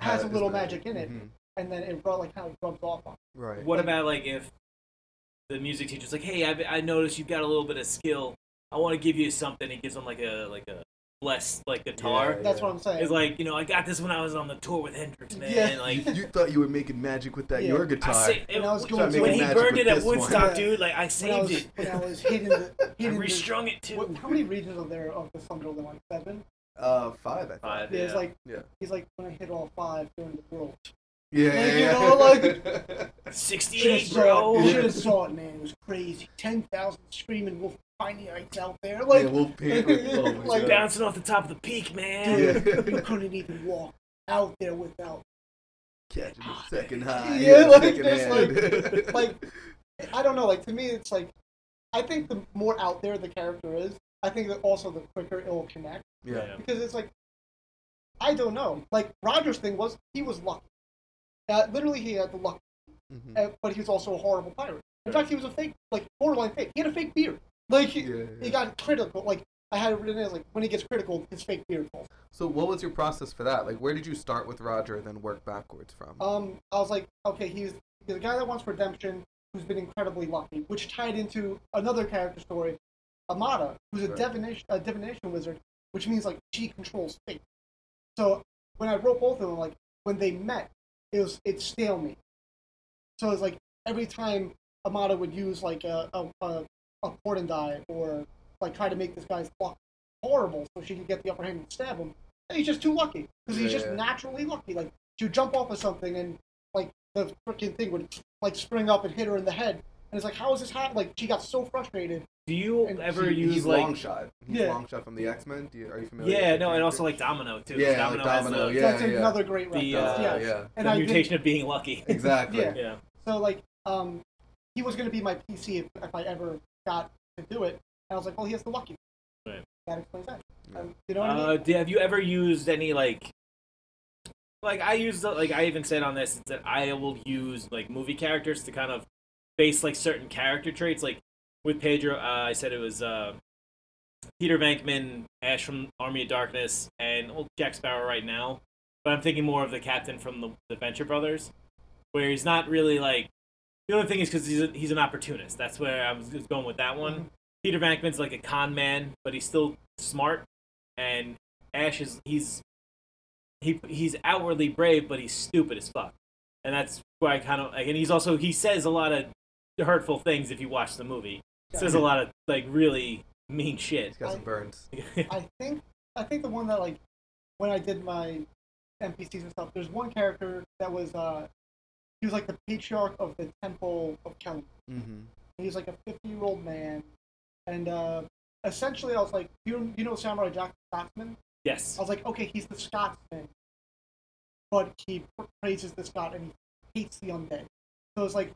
has a Has little magic. magic in it, Mhm. and then it rub, like how it rubs off on. right. What about like if the music teacher's like, "Hey, I, I noticed you've got a little bit of skill. I want to give you something." He gives him like a like a blessed like guitar. Yeah, That's what I'm saying. It's like you know, I got this when I was on the tour with Hendrix, man. Yeah. Like you thought you were making magic with that Yeah. your I guitar? I sa- it, When I was when- going when, to- he Magic burned with it at this one. Woodstock, Yeah. dude, like I when I saved was, it. when I was hitting the I hitting the, restrung it too. what, how many regions are there of the Sunderland like seven? uh, five. I think. Five, There's yeah. like Yeah. he's like when I hit all five during the world. Yeah, Like, you yeah, know, yeah. sixty-eight, Should've saw bro. it. Should've saw it, man. It was crazy. Ten thousand screaming wolf tiny eyes out there. Yeah, Like, we'll paint with- oh my Like, God. Bouncing off the top of the peak, man. Yeah. you couldn't even walk out there without. Catching the second high. Yeah, like, second that's hand. Like, I don't know. Like to me, it's like, I think the more out there the character is, I think that also the quicker it will connect yeah. because it's like, I don't know. Like Rogers' thing was he was lucky. Uh, literally, he had the luck, Mhm. uh, but he was also a horrible pirate. In fact, he was a fake, like borderline fake. He had a fake beard. Like he, Yeah, yeah, he got critical. Like I had it written as like when he gets critical, his fake beard falls. So what was your process for that? Like, where did you start with Roger, then work backwards from? Uh, um, I was like, okay, he's he's a guy that wants redemption, who's been incredibly lucky, which tied into another character story, Amada, who's a Right. divination a divination wizard, which means like she controls fate. So when I wrote both of them, like when they met, it was it's stalemate. So it's like every time Amada would use like a a, a, a portendai or like try to make this guy's luck horrible so she could get the upper hand and stab him, he's just too lucky because he's Yeah, just yeah. naturally lucky. Like to jump off of something and like the freaking thing would like spring up and hit her in the head. And it's like, how is this happening? Like she got so frustrated. Do you And ever He- use he's like long shot. He's Yeah. long shot from the X Men. Do you, are you familiar? yeah, with the no, and also character? like Domino too. Yeah, Domino, like Domino, has the, yeah, That's yeah. another great reference. The, uh, yeah. yeah, the And I mutation think, of being lucky. exactly. Yeah. yeah, so like um he was gonna be my PC if, if I ever got to do it. And I was like, well, he has the lucky. Right. That explains that. Yeah. Um, you know what I Uh, mean? d- have you ever used any like, like I use the, like I even said on this that I will use like movie characters to kind of base like certain character traits. Like with Pedro, uh, I said it was uh, Peter Venkman, Ash from Army of Darkness, and well, Jack Sparrow right now. But I'm thinking more of the captain from the, the Venture Brothers, where he's not really like. The only thing is because he's a, he's an opportunist. That's where I was just going with that one. Mm-hmm. Peter Venkman's like a con man, but he's still smart and Ash is he's he he's outwardly brave, but he's stupid as fuck, and that's why I kind of like. And he's also he says a lot of hurtful things if you watch the movie. Says a lot of like really mean shit. He's got some burns. I think I think the one that like when I did my NPCs and stuff, there's one character that was uh he was like the patriarch of the temple of Kelly. Mm-hmm. He was like a 50 year old man, and uh, essentially I was like, you you know Samurai Jack Scotsman? yes, I was like, okay, he's the Scotsman, but he praises the Scot and he hates the undead. So it's like,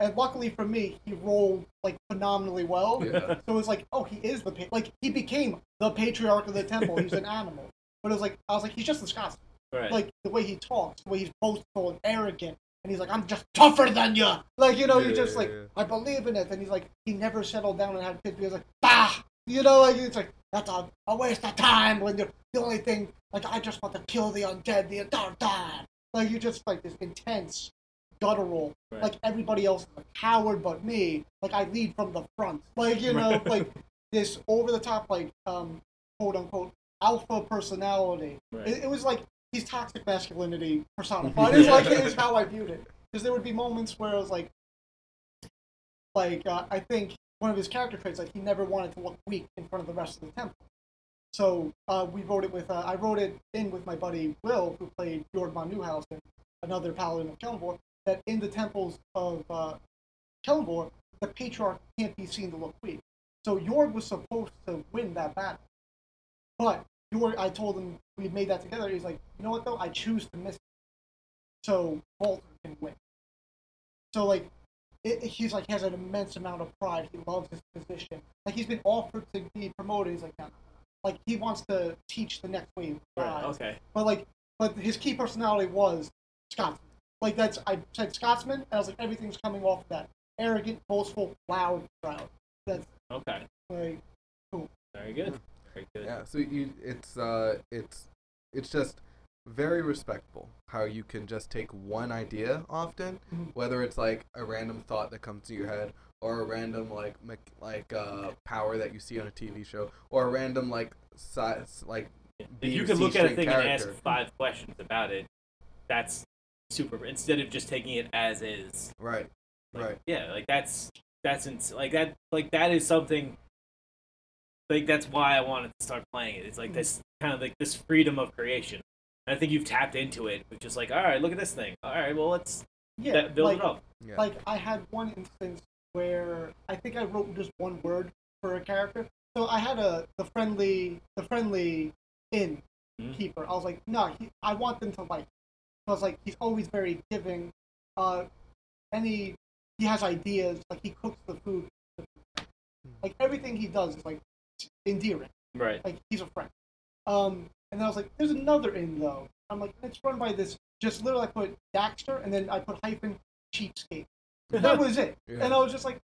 and luckily for me, he rolled like phenomenally well. Yeah. So it's like, oh, he is the pa- like he became the patriarch of the temple. He was an animal, but it was like I was like, he's just the Scotsman. right. Like the way he talks, the way he's boastful and arrogant, and he's like, I'm just tougher than you. Like you know, Yeah, you're just yeah, like, yeah. I believe in it. And he's like, he never settled down and had kids. He was like, bah, you know, like it's like that's a, a waste of time when you're the only thing. Like I just want to kill the undead the entire time. Like you're just like this intense, guttural. Right. Like everybody else is a coward but me. Like I lead from the front. Like you know, like this over the top, like um, quote unquote alpha personality. Right. It, it was like he's toxic masculinity personified. It's like it's how I viewed it. Because there would be moments where I was like, like uh, I think one of his character traits, like he never wanted to look weak in front of the rest of the temple. So uh, we wrote it with uh, I wrote it in with my buddy Will, who played Jord von Neuhausen, another paladin of Kellenvor. That in the temples of uh, Kellenvor, the patriarch can't be seen to look weak. So Jord was supposed to win that battle, but Jord, I told him we made that together. He's like, you know what though, I choose to miss. It. So Walter can win. So like it, he's like has an immense amount of pride. He loves his position. Like he's been offered to be promoted. He's like, no. no, no." like he wants to teach the next wave. of Right, guys. okay. But like, but his key personality was Scotsman. Like that's I said Scotsman, and I was like everything's coming off of that arrogant, boastful, loud, proud. That's Okay. like Very good. Very good. Yeah. So you, it's uh, it's it's just very respectful how you can just take one idea often, Mhm. whether it's like a random thought that comes to your head, or a random like mech- like uh power that you see on a TV show, or a random like size like If B you or could C look at a string thing and character. ask five questions about it, that's super. Instead of just taking it as is. right, Like, right. Yeah, like that's that's ins- like that like that is something. Like that's why I wanted to start playing it. It's like this kind of like this freedom of creation. And I think you've tapped into it, which is like, all right, look at this thing. All right, well let's yeah, that- build like, it up. Yeah. Like I had one instance where I think I wrote just one word for a character. So I had a the friendly the friendly inn Mhm. keeper. I was like, no, he, I want them to like. So I was like, he's always very giving. Uh, any he has ideas. Like he cooks the food. Like everything he does is like endearing. Right. Like he's a friend. Um, and then I was like, there's another in though. I'm like, it's run by this. Just literally, I put Daxter, and then I put hyphen cheapskate. That was it. Yeah. And I was just like,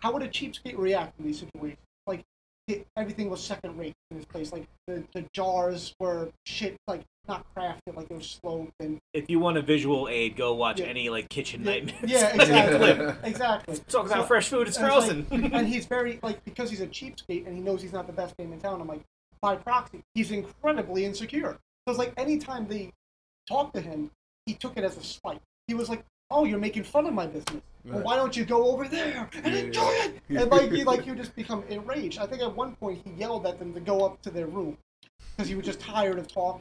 how would a cheapskate react in these situations? Like, it, everything was second rate in this place. Like the, the jars were shit, like not crafted, like they were slow and If you want a visual aid, go watch Yeah. any like kitchen yeah, nightmares. yeah, Yeah. exactly, exactly. Talk about So- fresh food, it's and it's frozen. like- and he's very like because he's a cheapskate and he knows he's not the best game in town. I'm like, by proxy, he's incredibly insecure. So it's like anytime they talked to him, he took it as a slight. He was like, "Oh, you're making fun of my business. Well, Right. why don't you go over there and Yeah, enjoy yeah. it?" And like he like he would just become enraged. I think at one point he yelled at them to go up to their room. because you were just tired of talking.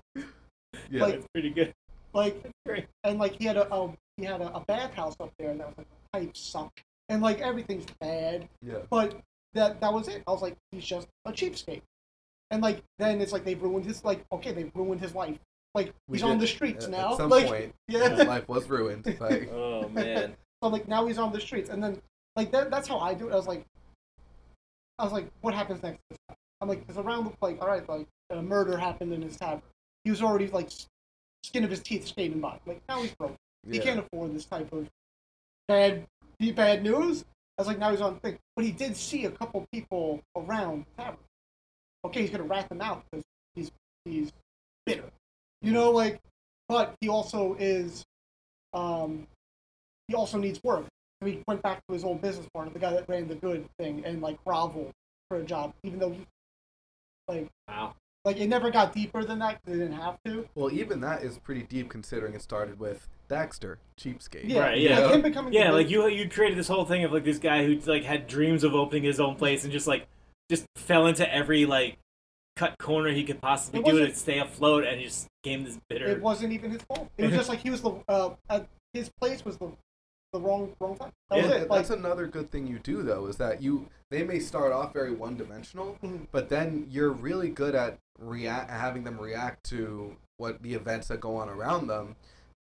Yeah. Like- It's pretty good. Like, Great. and like he had a, a he had a, a bathhouse up there, and that was like the pipes suck, and like everything's bad. yeah. But that that was it. I was like, he's just a cheapskate. And like then it's like they've ruined his like okay they've ruined his life like We he's on did- uh, the streets At- now At some like point, his yeah life was ruined. Like, Oh man. so like now he's on the streets and then like that that's how I do it I was like I was like what happens next I'm like because around like all right like a murder happened in his tavern he was already like s- skin of his teeth skating by like now he's broke he yeah. can't afford this type of bad the bad news. I was like, now he's on thing. But he did see a couple people around the tavern. Okay, he's gonna rat them out because he's he's bitter. You know, like but he also is um he also needs work. So he went back to his old business partner, the guy that ran the good thing, and like groveled for a job, even though he, like Wow. like it never got deeper than that 'cause they didn't have to. Well, even that is pretty deep considering it started with Daxter, cheapskate. Yeah, Right, yeah. like him becoming Yeah, like convinced- you you created this whole thing of like this guy who like had dreams of opening his own place and just like just fell into every like cut corner he could possibly It do wasn't- to stay afloat and just became this bitter. It wasn't even his fault. It was just like he was the uh, at his place was the the wrong wrong time. That Yeah, was Well, it. Like that's another good thing you do though is that you they may start off very one dimensional, Mhm. but then you're really good at react having them react to what the events that go on around them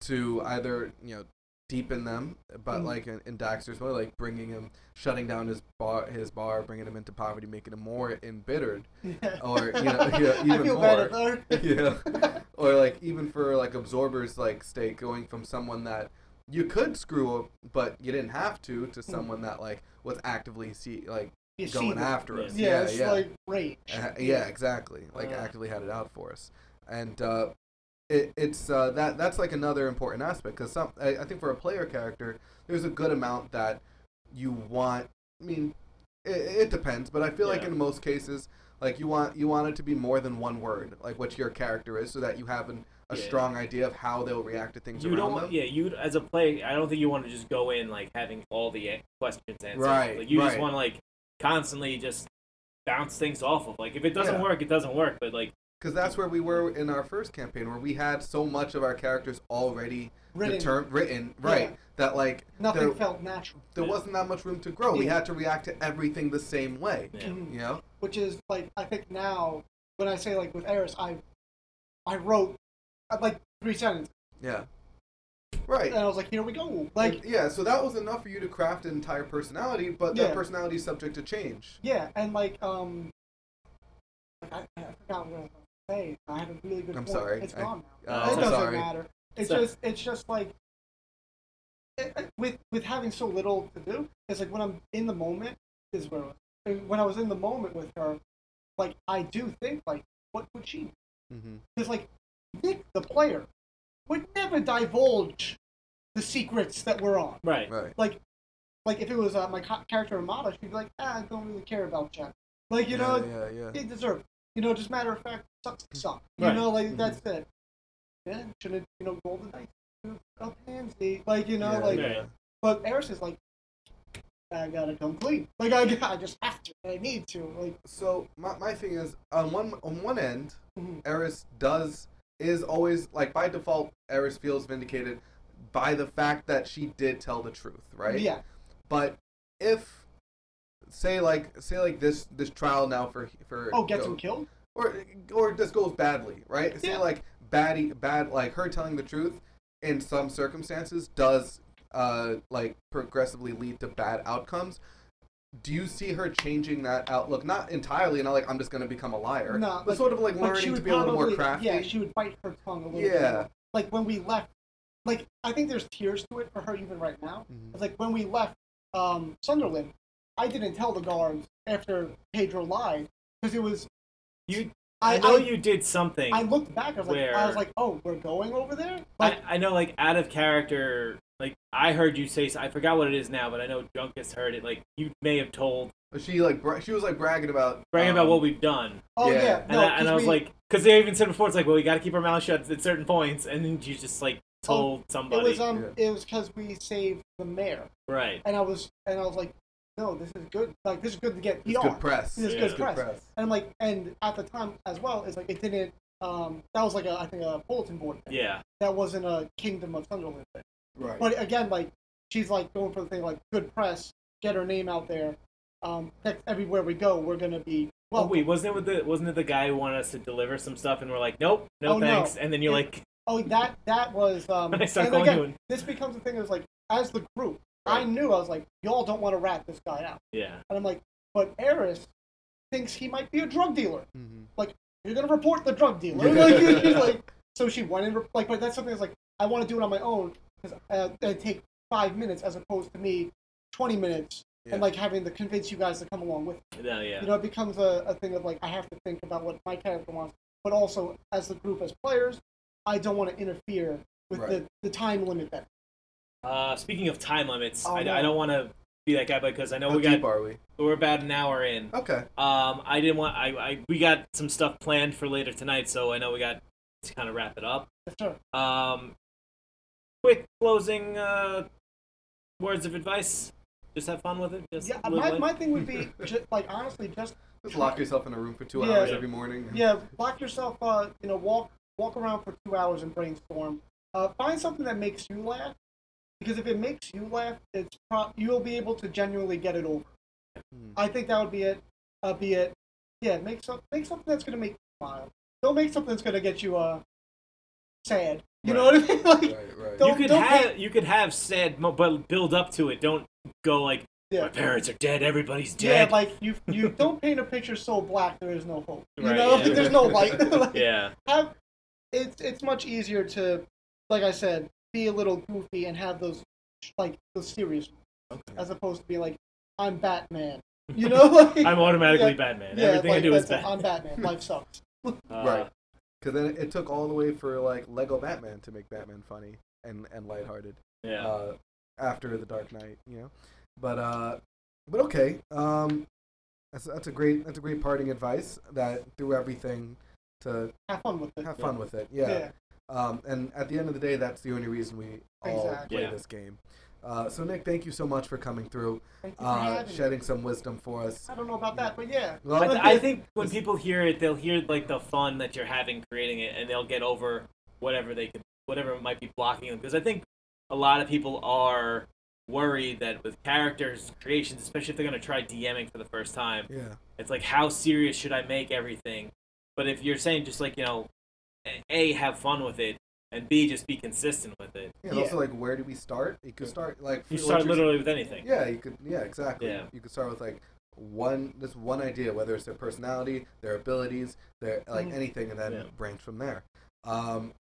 to either you know deepen them, but Mhm. like in, in Daxter's way, like bringing him shutting down his bar his bar, bringing him into poverty, making him more embittered, or you know yeah, even I feel more bad at that. yeah or like even for like absorbers like state going from someone that you could screw up but you didn't have to to someone that like was actively see like You see going that. after us Yeah, yeah it's yeah like rage. Uh, yeah exactly like Yeah. actively had it out for us and uh it, it's uh, that that's like another important aspect because some I, I think for a player character there's a good amount that you want i mean it, it depends but i feel like Yeah. in most cases like you want you want it to be more than one word like what your character is so that you have an, a Yeah. strong idea of how they'll react to things You around don't them want, yeah, you as a player, I don't think you want to just go in like having all the an- questions answered. Right, Like you just right. want to like constantly just bounce things off of. Like if it doesn't Yeah. work, it doesn't work, but like because that's where we were in our first campaign where we had so much of our characters already Written. determ- written right Yeah. that like Nothing there- felt natural, there Yeah. wasn't that much room to grow. We Yeah. had to react to everything the same way. Yeah. You know? which is like I think now when I say like with Eris, I I wrote uh, like three sentences, Yeah. Right. and I was like, here we go. Uh, Like yeah, so that was enough for you to craft an entire personality, but that Yeah. personality is subject to change. yeah, and like um, I, I forgot what I was gonna say. I had a really good. I'm point. sorry. It's I- gone now. Uh, it I'm doesn't sorry. matter. It's So- just it's just like it- it- with with having so little to do, it's like when I'm in the moment is where when I was in the moment with her, like I do think like what would she? Mhm. Because like Nick the player would never divulge the secrets that we're on. right. Right. Like like if it was uh, my ca- character Amada, she'd be like, ah, I don't really care about Jack. Like you yeah, know, Yeah, yeah. they deserve. it. You know, just matter of fact, sucks to suck. You Right. know, like Mhm. that's it. Yeah, shouldn't you know roll the dice? shoot Up pansy, like you know, yeah, like. yeah. Right. But Eris is like, I gotta come clean. Like I, I just have to. I need to. Like So my, my thing is on one on one end, Mhm. Eris does is always like by default Eris feels vindicated by the fact that she did tell the truth, right? yeah, But if say like say like this this trial now for for oh, gets Go- him killed. or or it just goes badly, right? Say Yeah. like baddie, bad like her telling the truth in some circumstances does uh like progressively lead to bad outcomes. Do you see her changing that outlook? Not entirely, not like I'm just gonna become a liar. No, but like- sort of like Like learning she to would be a little more probably- crafty. Yeah, she would bite her tongue a little. Yeah. bit more. Like when we left, like I think there's tears to it for her even right now. Mhm. It's like when we left um, Sunderland, I didn't tell the guards after Pedro lied because it was You I, I know I, you did something. I looked back. I was like, I where- was like, oh, we're going over there. Like I, I know, like out of character, like I heard you say. I forgot what it is now, but I know Junkus heard it. Like you may have told, But she like bra- she was like bragging about bragging about um, what we've done, oh yeah. yeah, and, no, I, and 'cause I was we- like, because they even said before, it's like, well, we got to keep our mouth shut at certain points, and then you just like told Oh, it somebody, was um, it was because we saved the mayor, right? and I was and I was like, no, this is good. Like this is good to get PR. It's good press. This is Yeah. good, It's press. And I'm like, and at the time as well, it's like it didn't. Um, that was like a I think a bulletin board. Thing. Yeah. That wasn't a Kingdom of Sunderland thing. Right. But again, like she's like going for the thing like good press, get her name out there. Um, next, everywhere we go, we're gonna be well. Well, Oh, wait, wasn't it with the wasn't it the guy who wanted us to deliver some stuff and we're like, nope, no Oh, no. thanks, and then you're Yeah. like, Oh, that that was. Um, I start and calling again, you and- This becomes a thing. It was like as the group, I Right. knew I was like, y'all don't want to rat this guy out, yeah, and I'm like, but Eris thinks he might be a drug dealer. hmm You're gonna report the drug dealer. Like, she's like- so she went and re- like, but that's something that's like I want to do it on my own because uh, it take five minutes as opposed to me twenty minutes. Yeah. And like having to convince you guys to come along with, me. no, yeah, you know, it becomes a, a thing of like I have to think about what my character wants, but also as the group as players, I don't want to interfere with Right. the, the time limit that Uh, speaking of time limits, Oh, I, no. I don't want to be that guy because I know How we deep got are we? we're about an hour in. Okay. Um, I didn't want I, I we got some stuff planned for later tonight, so I know we got to kind of wrap it up. Sure. Um, quick closing uh, words of advice. Just have fun with it. Just Yeah, live my, life. my thing would be ju- like honestly, just Just lock yourself in a room for two Yeah. hours every morning. yeah, lock yourself. Uh, you know, walk walk around for two hours and brainstorm. Uh, find something that makes you laugh, because if it makes you laugh, it's pro- you'll be able to genuinely get it over. Hmm. I think that would be it. Uh, be it. Yeah, make some make something that's gonna make you smile. Don't make something that's gonna get you uh sad. You know what I mean? Like, Right, right. Don't- you could have you could have sad, mo- but build up to it. Don't go like my yeah. parents are dead, everybody's Yeah, dead. like you you don't paint a picture so black there is no hope. You Right, know, yeah. there's no light. Like, yeah, have it's it's much easier to like i said be a little goofy and have those like those serious as opposed to be like i'm batman you know like I'm automatically Yeah, Batman. yeah, Everything like, I do is that's it, bad. i'm batman life sucks Uh, Right. Because then it took all the way for like Lego Batman to make Batman funny and and lighthearted Yeah. uh, after the Dark Knight, you know. But uh, but okay. Um, that's that's a great that's a great parting advice that through everything to have fun with it have fun with it. yeah, Yeah. Um, and at the end of the day, that's the only reason we all Exactly. play Yeah. this game. Uh, so Nick, thank you so much for coming through, Thank you for uh, having me. shedding some wisdom for us. i don't know about that but yeah Well, I, th- I think when people hear it, they'll hear like the fun that you're having creating it, and they'll get over whatever they could, whatever might be blocking them. Because I think a lot of people are worried that with characters creations, especially if they're gonna try DMing for the first time, yeah. it's like how serious should I make everything? But if you're saying just like you know, a have fun with it, and b just be consistent with it. Yeah, and Yeah. also like where do we start? You could start like You what start you're- literally with anything. Yeah, you could yeah, exactly. Yeah. You could start with like one just one idea, whether it's their personality, their abilities, their like Mhm. anything and then Mm. Yeah. branch from there. Um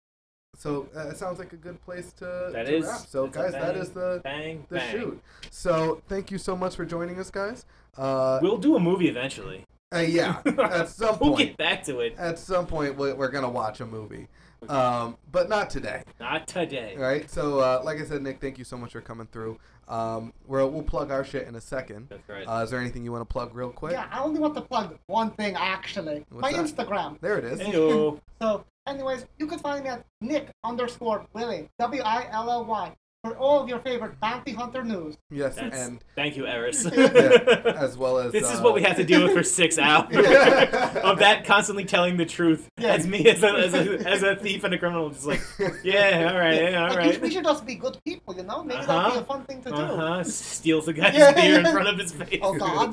so uh, it sounds like a good place to, That to is- wrap. So that's a guys, that bang, is the Bang, the bang. shoot. So thank you so much for joining us guys. Uh, We'll do a movie eventually. uh, yeah, at some We'll get point back to it. at some point we- we're going to watch a movie. Um, but not today. Not today. All right. So, uh, like I said, Nick, thank you so much for coming through. Um, we're, we'll plug our shit in a second. That's right. Uh, is there anything you want to plug real quick? yeah i only want to plug one thing actually What's my that? instagram There it is. Heyo. So, anyways, you can find me at Nick underscore Willie, W I L L Y, for all of your favorite bounty hunter news. Yes, That's- and Thank you, Eris. yeah, as well as this is uh, what we have to deal with for six hours of that constantly telling the truth Yeah. as me as a, as a as a thief and a criminal, just like yeah, all right, yeah, all Like, we- We right, should just be good people, you know? Maybe that'd Uh-huh. be a fun thing to do. uh huh, steals the guy's Yeah. beer in front of his face. Oh, God.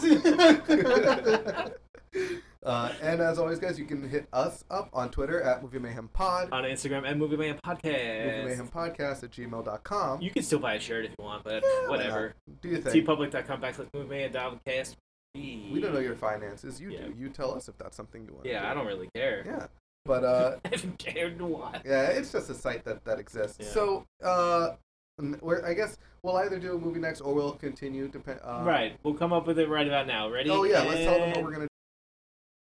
uh, and as always, guys, you can hit us up on Twitter at Movie Mayhem Pod, On Instagram at Movie Mayhem Podcast. Movie Mayhem Podcast at gmail.com. You can still buy a shirt if you want, but why whatever. Do you think? tpublic.com backslash Movie Mayhem Podcast. we don't know your finances. You Yeah. do. You tell us if that's something you want. to Yeah, I don't really care. Yeah. But uh, I haven't cared in a while. Yeah, it's just a site that that exists. Yeah. So, uh, n- we're, I guess we'll either do a movie next or we'll continue. Depend. Uh, right, we'll come up with it right about now. Ready? Oh yeah, let's tell them what And- we're gonna